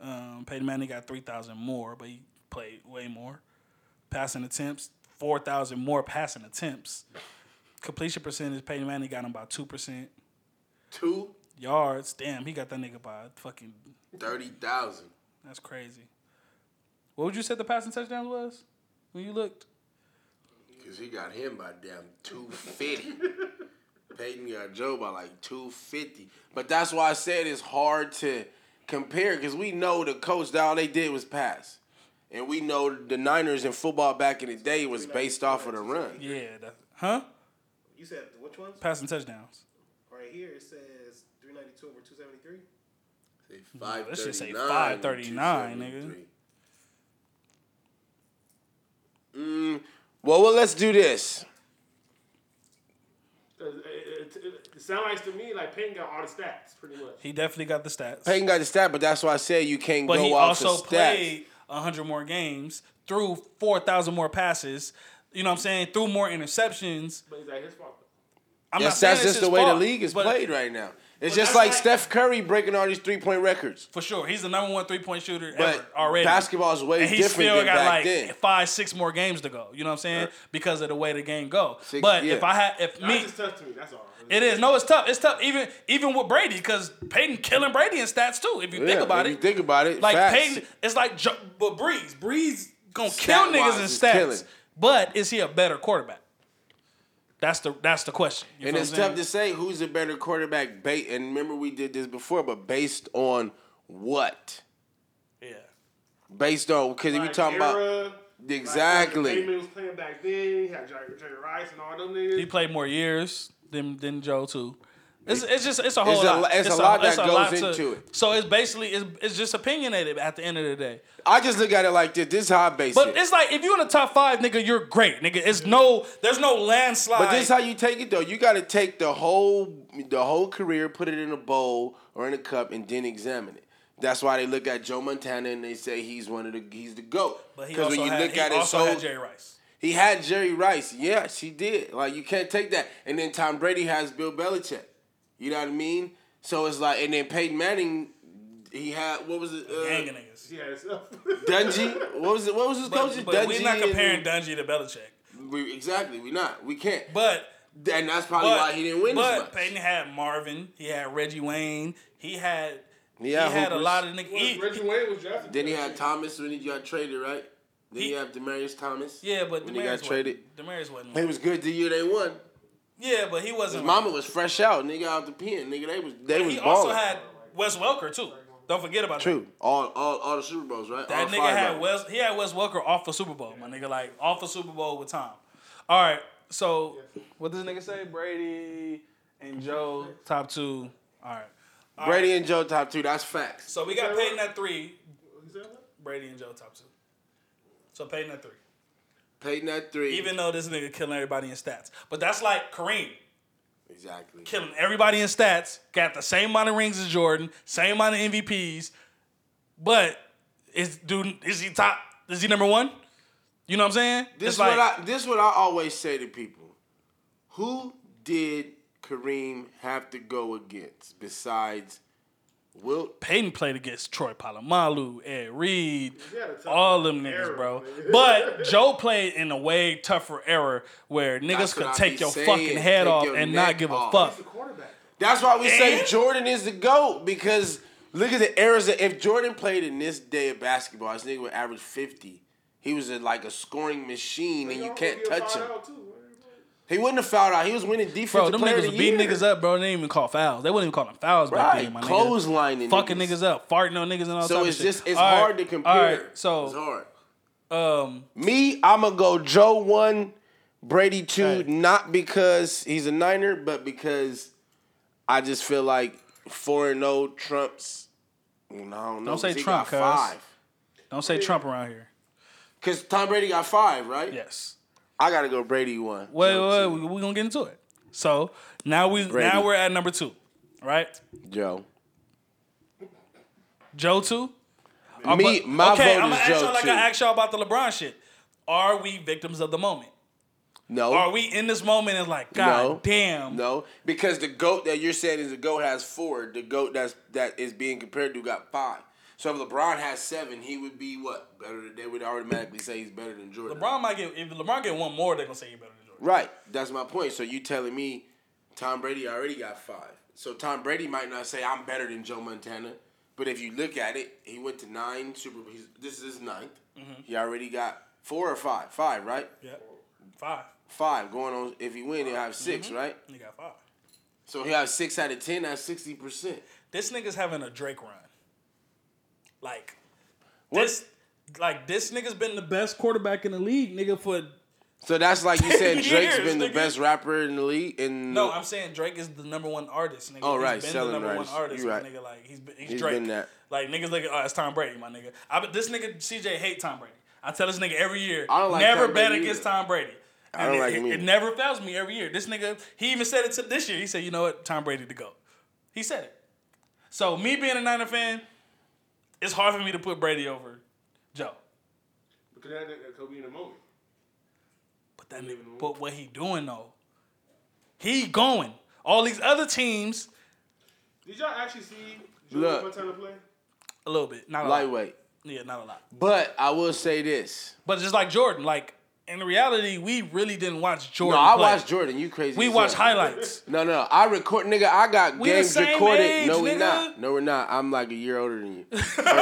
Speaker 1: Um, Peyton Manning got three thousand more, but he played way more. Passing attempts, four thousand more passing attempts. Completion percentage, Peyton Manning got him by two percent.
Speaker 2: Two
Speaker 1: Yards, damn, he got that nigga by fucking.
Speaker 2: thirty thousand.
Speaker 1: That's crazy. What would you say the passing touchdowns was when you looked?
Speaker 2: Cause he got him by damn two fifty. Peyton got Joe by like two fifty. But that's why I said it's hard to compare because we know the coach all they did was pass. And we know the Niners in football back in the day was based off of the run.
Speaker 1: Yeah, that, huh?
Speaker 5: You said which ones?
Speaker 1: Passing touchdowns.
Speaker 5: Right here it says 392 over 273.
Speaker 1: That shit say 539, nigga.
Speaker 2: Mm, well, well, let's do this.
Speaker 4: 'Cause It, it, it sounds like to me like Payne got all the stats pretty much.
Speaker 1: He definitely got the stats.
Speaker 2: Peyton got the stat, but that's why I said you can't
Speaker 1: But
Speaker 2: go
Speaker 1: he
Speaker 2: off
Speaker 1: also
Speaker 2: of stats.
Speaker 1: played hundred more games, threw four thousand more passes. You know what I'm saying? Threw more interceptions.
Speaker 4: But is that his fault?
Speaker 1: I'm
Speaker 2: Yes,
Speaker 1: not saying
Speaker 2: that's
Speaker 1: it's
Speaker 2: just the
Speaker 1: his
Speaker 2: way
Speaker 1: fault,
Speaker 2: the league is
Speaker 1: but
Speaker 2: played right now. It's
Speaker 4: Well,
Speaker 2: just
Speaker 4: that's
Speaker 2: like
Speaker 4: like-
Speaker 2: Steph Curry breaking all these three point records.
Speaker 1: For sure, he's the number one three point shooter ever
Speaker 2: But
Speaker 1: already.
Speaker 2: basketball is way
Speaker 1: and he
Speaker 2: different
Speaker 1: still
Speaker 2: than
Speaker 1: got
Speaker 2: back
Speaker 1: like
Speaker 2: then.
Speaker 1: five, six more games to go. You know what I'm saying? Because of the way the game go.
Speaker 2: Six-
Speaker 1: but
Speaker 2: yeah.
Speaker 1: if I had, if
Speaker 4: That's
Speaker 1: me,
Speaker 4: just tough to me. That's all.
Speaker 1: it is no, it's tough. It's tough. Even even with Brady, because Peyton killing Brady in stats too. If you think
Speaker 2: Yeah,
Speaker 1: about
Speaker 2: if
Speaker 1: it,
Speaker 2: You think about it.
Speaker 1: Like
Speaker 2: facts.
Speaker 1: Peyton, it's like Jo- but Breeze. Breeze gonna
Speaker 2: Stat-wise,
Speaker 1: kill niggas in
Speaker 2: he's
Speaker 1: stats,
Speaker 2: killing.
Speaker 1: but is he a better quarterback? That's the that's the question. You
Speaker 2: And
Speaker 1: feel
Speaker 2: it's
Speaker 1: what I'm
Speaker 2: tough to say who's a better quarterback. Ba- and remember, we did this before, but based on what?
Speaker 1: saying? yeah.
Speaker 2: Based on because if you're talking about Exactly.
Speaker 4: Payton was playing back then. He had Jerry, Jerry Rice and all them niggas.
Speaker 1: He played more years than than Joe too. It's, it's just it's a whole
Speaker 2: It's a-
Speaker 1: lot.
Speaker 2: it's a lot
Speaker 1: it's
Speaker 2: that
Speaker 1: a
Speaker 2: goes
Speaker 1: lot
Speaker 2: into it.
Speaker 1: So it's basically it's, it's just opinionated at the end of the day.
Speaker 2: I just look at it like this. This is how I base
Speaker 1: But
Speaker 2: it.
Speaker 1: it's like if you're in the top five, nigga, you're great, nigga. It's no there's no landslide.
Speaker 2: But this is how you take it though. You got to take the whole the whole career, put it in a bowl or in a cup, and then examine it. That's why they look at Joe Montana and they say he's one of the he's the goat.
Speaker 1: but he
Speaker 2: Because
Speaker 1: also
Speaker 2: when you
Speaker 1: had,
Speaker 2: look
Speaker 1: he
Speaker 2: at it,
Speaker 1: also
Speaker 2: so
Speaker 1: had Jerry Rice.
Speaker 2: he had Jerry Rice. Yes, he did. Like you can't take that. And then Tom Brady has Bill Belichick. You know what I mean? So it's like, and then Peyton Manning, he had what was it?
Speaker 1: Gang
Speaker 2: Uh,
Speaker 1: of niggas.
Speaker 4: yeah, himself.
Speaker 2: Dungy. What was it? What was his coach?
Speaker 1: But, but we're not
Speaker 2: Dungy and-
Speaker 1: comparing Dungy to Belichick.
Speaker 2: We, exactly, we not. We can't.
Speaker 1: But
Speaker 2: and that's probably
Speaker 1: but,
Speaker 2: why he didn't win
Speaker 1: but
Speaker 2: as much.
Speaker 1: Peyton had Marvin. He had Reggie Wayne. He had he,
Speaker 2: Yeah,
Speaker 1: had a
Speaker 2: hoopers.
Speaker 1: lot of niggas.
Speaker 4: Reggie
Speaker 1: He,
Speaker 4: Wayne was drafted.
Speaker 2: Then he had Thomas when he got traded, right? Then he,
Speaker 1: He-
Speaker 2: had Demarius Thomas.
Speaker 1: yeah, but
Speaker 2: when
Speaker 1: Demarius
Speaker 2: he got
Speaker 1: wasn't,
Speaker 2: traded,
Speaker 1: Demarius wasn't.
Speaker 2: he was good the year they won.
Speaker 1: yeah, but he
Speaker 2: His
Speaker 1: wasn't.
Speaker 2: mama was fresh out, nigga out the pen, nigga. They was they was
Speaker 1: he also
Speaker 2: balling.
Speaker 1: had Wes Welker too. Don't forget about
Speaker 2: True, all all all the Super Bowls, right?
Speaker 1: that.
Speaker 2: all
Speaker 1: That
Speaker 2: five
Speaker 1: nigga
Speaker 2: of
Speaker 1: had
Speaker 2: them.
Speaker 1: Wes. He had Wes Welker off a Super Bowl, my nigga. Like off a Super Bowl with Tom. All right, so what does nigga say? Brady and Joe top two. All right,
Speaker 2: Brady and Joe top two. That's facts.
Speaker 1: so we got
Speaker 4: Is that
Speaker 1: Peyton at three,
Speaker 4: He said what?
Speaker 1: Brady and Joe top two. So Peyton at three.
Speaker 2: Peyton at three.
Speaker 1: Even though this nigga killing everybody in stats. But that's like Kareem
Speaker 2: exactly.
Speaker 1: killing everybody in stats, got the same amount of rings as Jordan, same amount of MVPs, but is dude is he top is he number one? You know what I'm saying?
Speaker 2: This
Speaker 1: It's
Speaker 2: is
Speaker 1: like,
Speaker 2: what I this is what I always say to people. Who did Kareem have to go against besides Wilt
Speaker 1: Peyton played against Troy Polamalu, Ed Reed,
Speaker 4: had a tough
Speaker 1: all them niggas,
Speaker 4: era,
Speaker 1: bro.
Speaker 4: man.
Speaker 1: But Joe played in a way tougher era where niggas
Speaker 2: That's
Speaker 1: could
Speaker 2: what I
Speaker 1: take
Speaker 2: be
Speaker 1: your
Speaker 2: saying.
Speaker 1: fucking head
Speaker 2: Take
Speaker 1: off
Speaker 2: your
Speaker 1: and
Speaker 2: neck
Speaker 1: not give
Speaker 2: off.
Speaker 1: a
Speaker 4: He's the
Speaker 1: fuck.
Speaker 4: quarterback.
Speaker 2: That's why we say
Speaker 1: And-
Speaker 2: Jordan is the GOAT because look at the eras. That if Jordan played in this day of basketball, this nigga would average 50. He was a, like a scoring machine and you can't touch him. He wouldn't have fouled out. He was winning defensive
Speaker 1: Bro, them
Speaker 2: player
Speaker 1: niggas
Speaker 2: of
Speaker 1: was
Speaker 2: the
Speaker 1: beating
Speaker 2: year.
Speaker 1: niggas up, bro. They didn't even call fouls. They wouldn't even call them fouls back
Speaker 2: Right,
Speaker 1: then, my nigga.
Speaker 2: clotheslining
Speaker 1: fucking
Speaker 2: niggas.
Speaker 1: niggas up, farting on niggas and all
Speaker 2: So
Speaker 1: type
Speaker 2: it's
Speaker 1: of shit.
Speaker 2: just it's
Speaker 1: All right,
Speaker 2: hard to compare.
Speaker 1: All right,
Speaker 2: it's
Speaker 1: so
Speaker 2: hard.
Speaker 1: um,
Speaker 2: Me, I'ma go Joe one, Brady two,
Speaker 1: Hey.
Speaker 2: not because he's a Niner, but because I just feel like four and zero trumps. I don't know.
Speaker 1: Don't say
Speaker 2: 'cause he got
Speaker 1: Trump, cuz.
Speaker 2: five.
Speaker 1: Don't say Trump around here.
Speaker 2: Cause Tom Brady got five, right?
Speaker 1: Yes.
Speaker 2: I gotta go Brady one.
Speaker 1: Wait, wait, wait. We're gonna get into it. So now we
Speaker 2: Brady.
Speaker 1: now we're at number two, right?
Speaker 2: Joe.
Speaker 1: Joe two.
Speaker 2: Me, my
Speaker 1: okay,
Speaker 2: vote
Speaker 1: I'm gonna
Speaker 2: is
Speaker 1: ask
Speaker 2: Joe
Speaker 1: y'all like
Speaker 2: too.
Speaker 1: I asked y'all about the LeBron shit. Are we victims of the moment?
Speaker 2: no,
Speaker 1: Are we in this moment and like, God
Speaker 2: No.
Speaker 1: damn?
Speaker 2: no, because the goat that you're saying is the goat has four. The goat that's that is being compared to got five. So if LeBron has seven, he would be what better? than- They would automatically say he's better than Jordan.
Speaker 1: LeBron might get if LeBron get one more, they're gonna say you better than Jordan.
Speaker 2: Right. That's my point. So you telling me Tom Brady already got five. So Tom Brady might not say I'm better than Joe Montana, but if you look at it, he went to nine Super. He's, this is his 9th
Speaker 1: Mm-hmm.
Speaker 2: He already got four or five. Five, right?
Speaker 1: Yeah, five.
Speaker 2: Five going on. If he win, he'll have 6 right?
Speaker 1: He got five.
Speaker 2: So he has six out of ten. That's sixty percent.
Speaker 1: This nigga's having a Drake run. Like
Speaker 2: What?
Speaker 1: this, like this nigga's been the best quarterback in the league, nigga. For
Speaker 2: So that's like you said.
Speaker 1: Years,
Speaker 2: Drake's been the
Speaker 1: nigga.
Speaker 2: best rapper in the league. In
Speaker 1: no, I'm saying Drake is the number one artist, nigga.
Speaker 2: Oh,
Speaker 1: He's
Speaker 2: right,
Speaker 1: been
Speaker 2: selling
Speaker 1: the number
Speaker 2: artist.
Speaker 1: one artist,
Speaker 2: You
Speaker 1: my
Speaker 2: right.
Speaker 1: nigga. Like he's been, he's,
Speaker 2: He's
Speaker 1: Drake.
Speaker 2: been that.
Speaker 1: Like niggas like, oh, it's Tom Brady, my nigga. I but this nigga CJ hate Tom Brady. I tell this nigga every year,
Speaker 2: I don't like
Speaker 1: never
Speaker 2: Tom
Speaker 1: bet
Speaker 2: Brady
Speaker 1: against
Speaker 2: either.
Speaker 1: Tom Brady.
Speaker 2: I don't
Speaker 1: And it,
Speaker 2: like
Speaker 1: it,
Speaker 2: him either.
Speaker 1: it never fails me every year. This nigga, he even said it to this year. He said, you know what, Tom Brady to go. He said it. So me being a Niner fan, it's hard for me to put Brady over Joe.
Speaker 4: Because that, that, that could be in the moment.
Speaker 1: But that nigga, but what he doing though? He going. All these other teams,
Speaker 4: Did y'all actually see
Speaker 2: Look.
Speaker 4: Jordan Montana play?
Speaker 1: a little bit, not a lot.
Speaker 2: lightweight.
Speaker 1: Yeah, not a lot.
Speaker 2: But I will say this.
Speaker 1: But just like Jordan, like in reality, we really didn't watch
Speaker 2: No,
Speaker 1: Jordan.
Speaker 2: I
Speaker 1: play.
Speaker 2: watched Jordan. You crazy.
Speaker 1: We
Speaker 2: as
Speaker 1: watched
Speaker 2: hell.
Speaker 1: highlights.
Speaker 2: No, no, I record, nigga. I got
Speaker 1: the
Speaker 2: games
Speaker 1: same
Speaker 2: recorded.
Speaker 1: age,
Speaker 2: no, we
Speaker 1: nigga.
Speaker 2: not. No, we're not. I'm like a year older than you. First of all,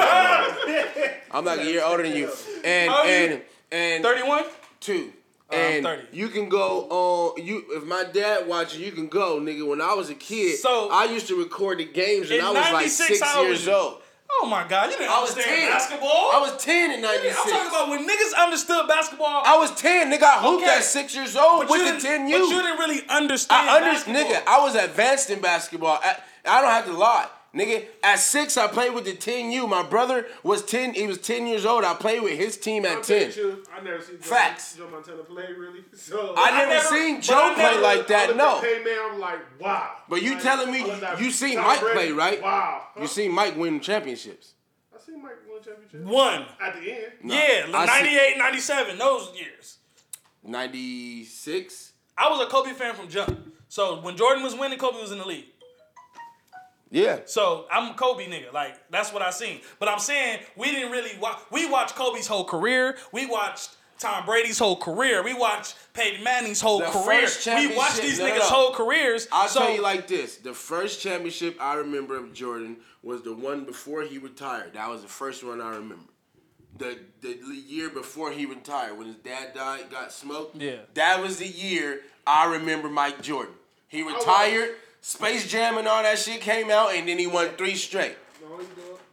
Speaker 2: I'm like a year older than you, and
Speaker 1: How old you?
Speaker 2: and and
Speaker 1: Thirty-one.
Speaker 2: two.
Speaker 1: I'm
Speaker 2: And
Speaker 1: 30.
Speaker 2: you can go on you if my dad watching you can go nigga when I was a kid
Speaker 1: So-
Speaker 2: I used to record the games when
Speaker 1: In
Speaker 2: I was like
Speaker 1: 96,
Speaker 2: six
Speaker 1: how old was
Speaker 2: years
Speaker 1: you?
Speaker 2: old
Speaker 1: Oh my God! You didn't
Speaker 2: I was
Speaker 1: understand
Speaker 2: 10
Speaker 1: basketball.
Speaker 2: I was ten in ninety six
Speaker 1: I'm talking about when niggas understood basketball.
Speaker 2: I was ten nigga I hooped
Speaker 1: Okay.
Speaker 2: at six years old
Speaker 1: but you
Speaker 2: with the
Speaker 1: didn't-
Speaker 2: ten
Speaker 1: But
Speaker 2: you
Speaker 1: you didn't really understand.
Speaker 2: I understand,
Speaker 1: basketball.
Speaker 2: nigga. I was advanced in basketball. I, I don't have to lie, nigga. At six, I played with the ten U. My brother was ten. He was ten years old. I played with his team
Speaker 4: I'll
Speaker 2: at
Speaker 4: tell you
Speaker 2: ten.
Speaker 4: the truth, I never seen Joe-
Speaker 2: Facts.
Speaker 4: Joe Montana play really. So
Speaker 2: I never,
Speaker 1: never-
Speaker 2: seen
Speaker 1: but
Speaker 2: Joe
Speaker 1: I
Speaker 2: play
Speaker 1: never-
Speaker 2: like
Speaker 4: I
Speaker 2: that.
Speaker 4: looked
Speaker 2: No,
Speaker 4: At Payman, I'm like, wow.
Speaker 2: but you
Speaker 4: Like,
Speaker 2: telling me
Speaker 4: I looked at
Speaker 2: you seen
Speaker 4: Tom
Speaker 2: Mike
Speaker 4: Brady,
Speaker 2: play, right?
Speaker 4: Wow.
Speaker 2: You seen Mike win championships.
Speaker 4: I seen Mike win championship
Speaker 1: One.
Speaker 4: at the end.
Speaker 1: Yeah,
Speaker 2: I see-
Speaker 1: 98, 97, those years.
Speaker 2: Ninety six.
Speaker 1: I was a Kobe fan from jump. So when Jordan was winning, Kobe was in the league.
Speaker 2: Yeah.
Speaker 1: So I'm a Kobe nigga. Like that's what I seen. But I'm saying we didn't really watch. We watched Kobe's whole career. We watched Tom Brady's whole career. We watched Peyton Manning's whole
Speaker 2: The
Speaker 1: career.
Speaker 2: first
Speaker 1: We
Speaker 2: championship-
Speaker 1: watched these
Speaker 2: no, no,
Speaker 1: niggas'
Speaker 2: no.
Speaker 1: whole careers.
Speaker 2: I'll
Speaker 1: so,
Speaker 2: tell you like this: the first championship I remember of Jordan was the one before he retired. That was the first one I remember. The the l- year before he retired, when his dad died, got smoked.
Speaker 1: Yeah.
Speaker 2: that was the year I remember Mike Jordan. He retired. Space Jam and all that shit came out, and then he won three straight.
Speaker 4: The only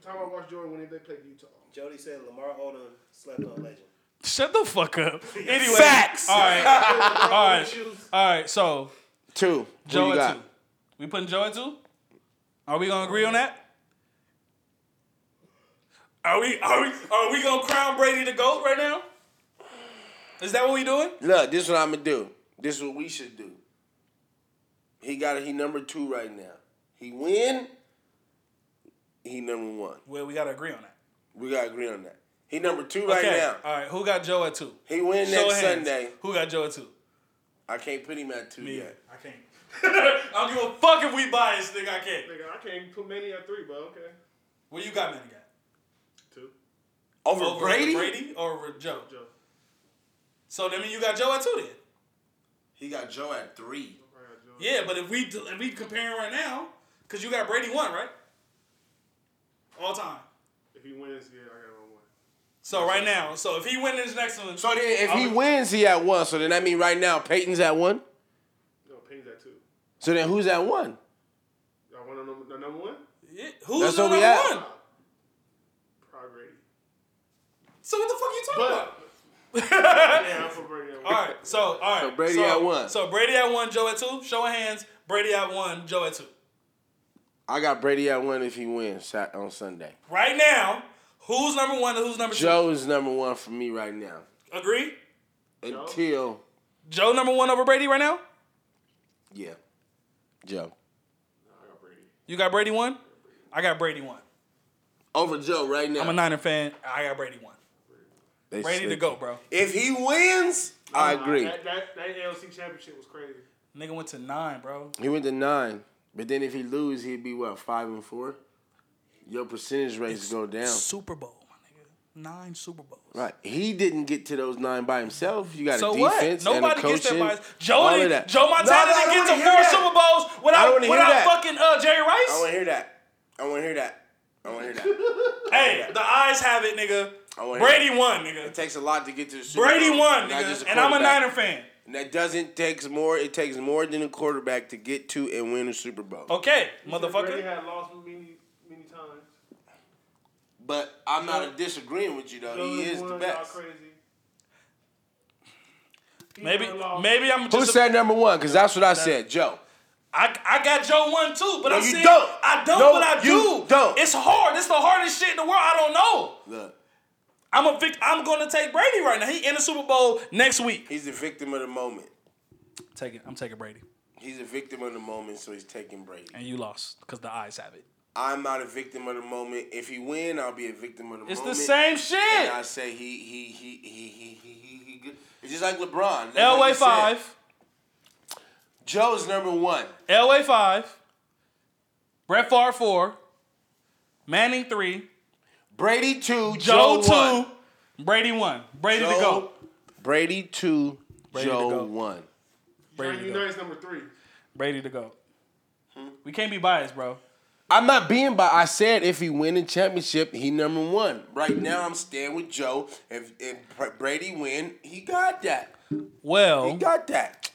Speaker 4: time I watched Jordan win, they played Utah.
Speaker 5: Jody said Lamar Odom slept on legend.
Speaker 1: shut the fuck up. Anyway,
Speaker 2: Facts.
Speaker 1: All right, all right,
Speaker 4: Shoes.
Speaker 1: all right. So
Speaker 2: Two. Who
Speaker 1: Joe
Speaker 2: you
Speaker 1: at
Speaker 2: got?
Speaker 1: two. We putting Joe at two. Are we gonna agree on that? Are we are we are we gonna crown Brady the goat right now? Is that what we doing?
Speaker 2: Look, this is what I'm gonna do. This is what we should do. He got it. He number two right now. He win. He number one.
Speaker 1: Well, we gotta agree on that.
Speaker 2: We gotta agree on that. He number two right now.
Speaker 1: All right, who got Joe at two?
Speaker 2: He win
Speaker 1: Show
Speaker 2: next
Speaker 1: of hands.
Speaker 2: Sunday.
Speaker 1: Who got Joe at two?
Speaker 2: I can't put him at two yet.
Speaker 1: I can't. I don't give a fuck if we biased, nigga. I can't.
Speaker 4: Nigga, I can't put Manny at three, but okay.
Speaker 1: What you got, man? Got
Speaker 4: Two.
Speaker 2: Over,
Speaker 1: over
Speaker 2: Brady?
Speaker 1: Brady or over Joe?
Speaker 4: Joe.
Speaker 1: So that means you got Joe at two then.
Speaker 2: He got Joe at three.
Speaker 4: I got Joe.
Speaker 1: Yeah, but if we if we comparing right now, cause you got Brady one right, all time.
Speaker 4: If he wins, yeah, I got him on one.
Speaker 1: So right now, so if he wins this next one,
Speaker 2: So then, if he
Speaker 1: I'm-
Speaker 2: wins, he at one. So then that mean right now Peyton's at one.
Speaker 4: No, Payne's at two.
Speaker 2: So then who's at one?
Speaker 4: Y'all want to know the number one?
Speaker 1: yeah, who's
Speaker 2: That's
Speaker 1: the
Speaker 2: what we
Speaker 1: number
Speaker 2: at.
Speaker 1: one?
Speaker 4: Probably Brady.
Speaker 1: So what the fuck you talking about?
Speaker 4: But yeah, I'm for Brady. at one.
Speaker 1: All right, so all right.
Speaker 2: Brady at one.
Speaker 1: So Brady at one, Joe at two. Show of hands. Brady at one, Joe at two.
Speaker 2: I got Brady at one if he wins Sat- on Sunday.
Speaker 1: Right now, who's number one and who's number two?
Speaker 2: Joe is number one for me right now.
Speaker 1: Agree?
Speaker 2: Until
Speaker 1: Joe number one over Brady right now?
Speaker 2: yeah, Joe
Speaker 1: You got Brady one? I got Brady one.
Speaker 2: over Joe right now.
Speaker 1: I'm a Niner fan. I got Brady one.
Speaker 2: They
Speaker 1: Brady to
Speaker 2: sleep.
Speaker 1: go, bro.
Speaker 2: If he wins, I agree.
Speaker 4: That, that, that ALC championship was crazy.
Speaker 1: Nigga went to nine, bro.
Speaker 2: He went to nine, but then if he lose, he'd be what five and four. Your percentage rates go down.
Speaker 1: Super Bowl, my nigga. Nine Super Bowls.
Speaker 2: Right. He didn't get to those nine by himself. You got
Speaker 1: So
Speaker 2: a
Speaker 1: what?
Speaker 2: defense and
Speaker 1: Nobody
Speaker 2: a coaching.
Speaker 1: gets that by
Speaker 2: all
Speaker 1: Joe
Speaker 2: of
Speaker 1: didn't,
Speaker 2: that.
Speaker 1: Joe Montana
Speaker 2: No, no, I
Speaker 1: didn't
Speaker 2: wanna
Speaker 1: get to
Speaker 2: hear
Speaker 1: four
Speaker 2: that.
Speaker 1: Super Bowls
Speaker 2: I
Speaker 1: without,
Speaker 2: wanna hear
Speaker 1: without
Speaker 2: that.
Speaker 1: fucking uh, Jerry
Speaker 2: I want
Speaker 1: Rice.
Speaker 2: to hear that. I want to hear that. I want to hear that.
Speaker 1: Hey, the eyes have it, nigga.
Speaker 2: I wanna hear
Speaker 1: Brady won,
Speaker 2: It
Speaker 1: nigga.
Speaker 2: takes a lot to get to the Super
Speaker 1: Brady
Speaker 2: Bowl,
Speaker 1: won,
Speaker 2: not just
Speaker 1: nigga. And I'm a
Speaker 2: quarterback.
Speaker 1: Niner fan.
Speaker 2: And that doesn't takes more. It takes more than a quarterback to get to and win a Super Bowl.
Speaker 1: Okay,
Speaker 4: Brady
Speaker 1: motherfucker.
Speaker 4: had lost many, many times.
Speaker 2: But I'm not disagreeing with you though.
Speaker 4: Joe
Speaker 2: he is the
Speaker 4: one,
Speaker 2: best.
Speaker 4: Y'all crazy. He
Speaker 1: Maybe,
Speaker 4: done lost.
Speaker 1: maybe I'm
Speaker 2: Who
Speaker 1: just.
Speaker 2: said number one? Because that's what I said, Joe.
Speaker 1: I, I got Joe one too, but
Speaker 2: No,
Speaker 1: I'm
Speaker 2: you
Speaker 1: saying
Speaker 2: don't.
Speaker 1: I don't,
Speaker 2: No,
Speaker 1: but I
Speaker 2: you
Speaker 1: do.
Speaker 2: don't.
Speaker 1: It's hard. It's the hardest shit in the world. I don't know.
Speaker 2: Look,
Speaker 1: I'm a vict- I'm going to take Brady right now. He in the Super Bowl next week.
Speaker 2: he's the victim of the moment.
Speaker 1: Take it. I'm taking Brady,
Speaker 2: He's a victim of the moment, so he's taking Brady.
Speaker 1: and you lost because the eyes have it.
Speaker 2: I'm not a victim of the moment. If he win, I'll be a victim of the
Speaker 1: It's
Speaker 2: moment.
Speaker 1: the same
Speaker 2: And I
Speaker 1: shit.
Speaker 2: say he he he he he he he. he good. It's just like LeBron. That's like
Speaker 1: Elway
Speaker 2: you said.
Speaker 1: five.
Speaker 2: Joe's number one.
Speaker 1: Elway five. Brett Favre four. Manning three.
Speaker 2: Brady two. Joe,
Speaker 1: Joe, two.
Speaker 2: one.
Speaker 1: Brady one. Brady to go.
Speaker 2: Joe- Brady two.
Speaker 1: Brady to
Speaker 2: Joe
Speaker 1: go.
Speaker 2: one.
Speaker 1: Brady to
Speaker 4: Brady
Speaker 1: go.
Speaker 4: United's number three.
Speaker 1: Brady to go.
Speaker 2: Hmm.
Speaker 1: We can't be biased, bro.
Speaker 2: I'm not being by. I said if he win the championship, he number one. Right now, I'm staying with Joe. If, if Brady win, he got that.
Speaker 1: Well,
Speaker 2: He got that.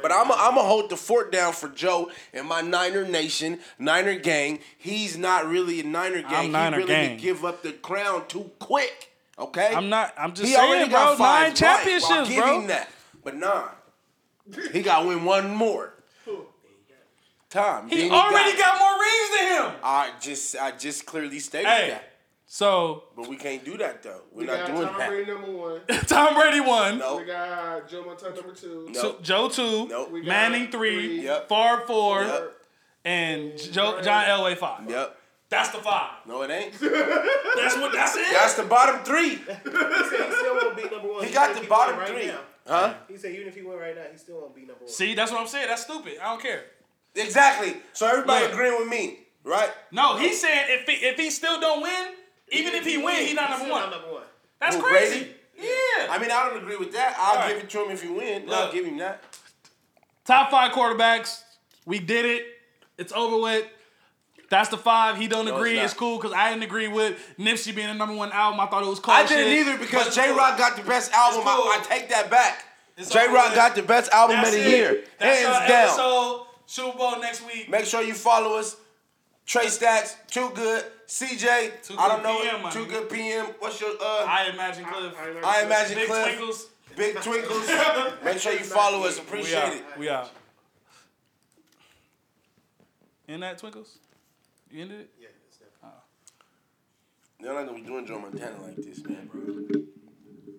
Speaker 2: But I'm going to hold the fort down for Joe and my Niner Nation, Niner Gang. He's not really a Niner Gang. he
Speaker 1: Niner
Speaker 2: really
Speaker 1: Gang.
Speaker 2: did give up the crown too quick. Okay?
Speaker 1: I'm not. I'm just
Speaker 2: He
Speaker 1: saying,
Speaker 2: already
Speaker 1: bro.
Speaker 2: got five
Speaker 1: Nine
Speaker 2: right.
Speaker 1: championships,
Speaker 2: I'll give
Speaker 1: bro.
Speaker 2: him that. But nah. He got to win one more. Tom.
Speaker 1: He already got more rings than him.
Speaker 2: I just, I just clearly stated
Speaker 1: Hey,
Speaker 2: that.
Speaker 1: so
Speaker 2: But we can't do that, though. We're
Speaker 4: We
Speaker 2: not
Speaker 4: got
Speaker 2: doing
Speaker 4: Tom
Speaker 2: that.
Speaker 4: Brady number one.
Speaker 1: Tom Brady won.
Speaker 2: No.
Speaker 4: We got Joe Montana number two.
Speaker 2: No.
Speaker 1: So, Joe two,
Speaker 2: Nope.
Speaker 4: We got
Speaker 1: Manning three,
Speaker 4: three.
Speaker 2: Yep.
Speaker 1: Favre four,
Speaker 2: Yep.
Speaker 1: and Joe, John Elway five.
Speaker 2: Yep.
Speaker 1: That's the five.
Speaker 2: No, it ain't.
Speaker 1: That's what. That's it.
Speaker 2: That's the bottom three.
Speaker 5: He said he still won't be number one.
Speaker 2: He
Speaker 5: He
Speaker 2: got
Speaker 5: said
Speaker 2: the
Speaker 5: if he
Speaker 2: bottom
Speaker 5: went
Speaker 2: three.
Speaker 5: now-
Speaker 2: Huh?
Speaker 5: He said even if he went right now, he still won't be number one.
Speaker 1: See, that's what I'm saying. That's stupid. I don't care.
Speaker 2: Exactly. So everybody
Speaker 1: Look.
Speaker 2: agreeing with me, right?
Speaker 1: No, he's saying if he, if he still don't win, even if he win, he's not number
Speaker 5: still
Speaker 1: one.
Speaker 5: Not number one.
Speaker 1: That's
Speaker 2: Who,
Speaker 1: crazy.
Speaker 2: Brady?
Speaker 1: Yeah.
Speaker 2: I mean, I don't agree with that. I'll
Speaker 1: Right.
Speaker 2: give it to him if he wins.
Speaker 1: Look.
Speaker 2: I'll give him that.
Speaker 1: Top five quarterbacks. We did it. It's over with. That's the five. He don't agree.
Speaker 2: not.
Speaker 1: It's, cool because I didn't agree with Nipsey being the number one album. I thought it was cool.
Speaker 2: I didn't either because J Rock got the best album.
Speaker 1: cool.
Speaker 2: I, I take that back.
Speaker 1: It's
Speaker 2: J
Speaker 1: all
Speaker 2: Rock
Speaker 1: good.
Speaker 2: got the best album of
Speaker 1: That's
Speaker 2: the
Speaker 1: it.
Speaker 2: year,
Speaker 1: That's our
Speaker 2: hands down.
Speaker 1: Episode. Super Bowl next week.
Speaker 2: Make sure you follow us. Trey Stacks, Too Good, CJ.
Speaker 1: Too
Speaker 2: I don't
Speaker 1: Good
Speaker 2: know.
Speaker 1: PM, my
Speaker 2: too
Speaker 1: nigga.
Speaker 2: Good PM. What's your uh?
Speaker 1: I imagine Cliff.
Speaker 4: I,
Speaker 2: I imagine
Speaker 1: Big
Speaker 2: Cliff.
Speaker 1: Twinkles.
Speaker 2: Big Twinkles. Make sure you follow us.
Speaker 1: We
Speaker 2: Appreciate
Speaker 1: out.
Speaker 2: it.
Speaker 1: We out. In that Twinkles, you ended it.
Speaker 5: Yeah, it's never.
Speaker 2: They're not gonna be doing Joe Montana like this, man.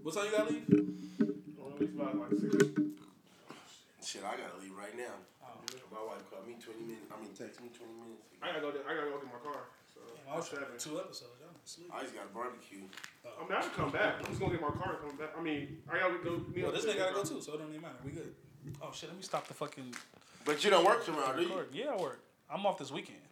Speaker 1: What time you gotta leave?
Speaker 4: Oh,
Speaker 2: Shit, I gotta leave right now. My wife called me 20 minutes. I mean, text me 20 minutes.
Speaker 4: I gotta go. I gotta go get my car. So I'm seven.
Speaker 1: Two episodes. I'm asleep.
Speaker 2: I just got a barbecue.
Speaker 4: I mean, I can come back. I'm just gonna get my car and come back. I mean, I gotta go. meet
Speaker 1: Well,
Speaker 4: up
Speaker 1: this
Speaker 4: with
Speaker 1: nigga gotta
Speaker 4: my-
Speaker 1: go too, so it don't even matter. We good. Oh shit! Let me stop the fucking
Speaker 2: But you don't work tomorrow, do you?
Speaker 1: recording. Yeah, I work. I'm off this weekend.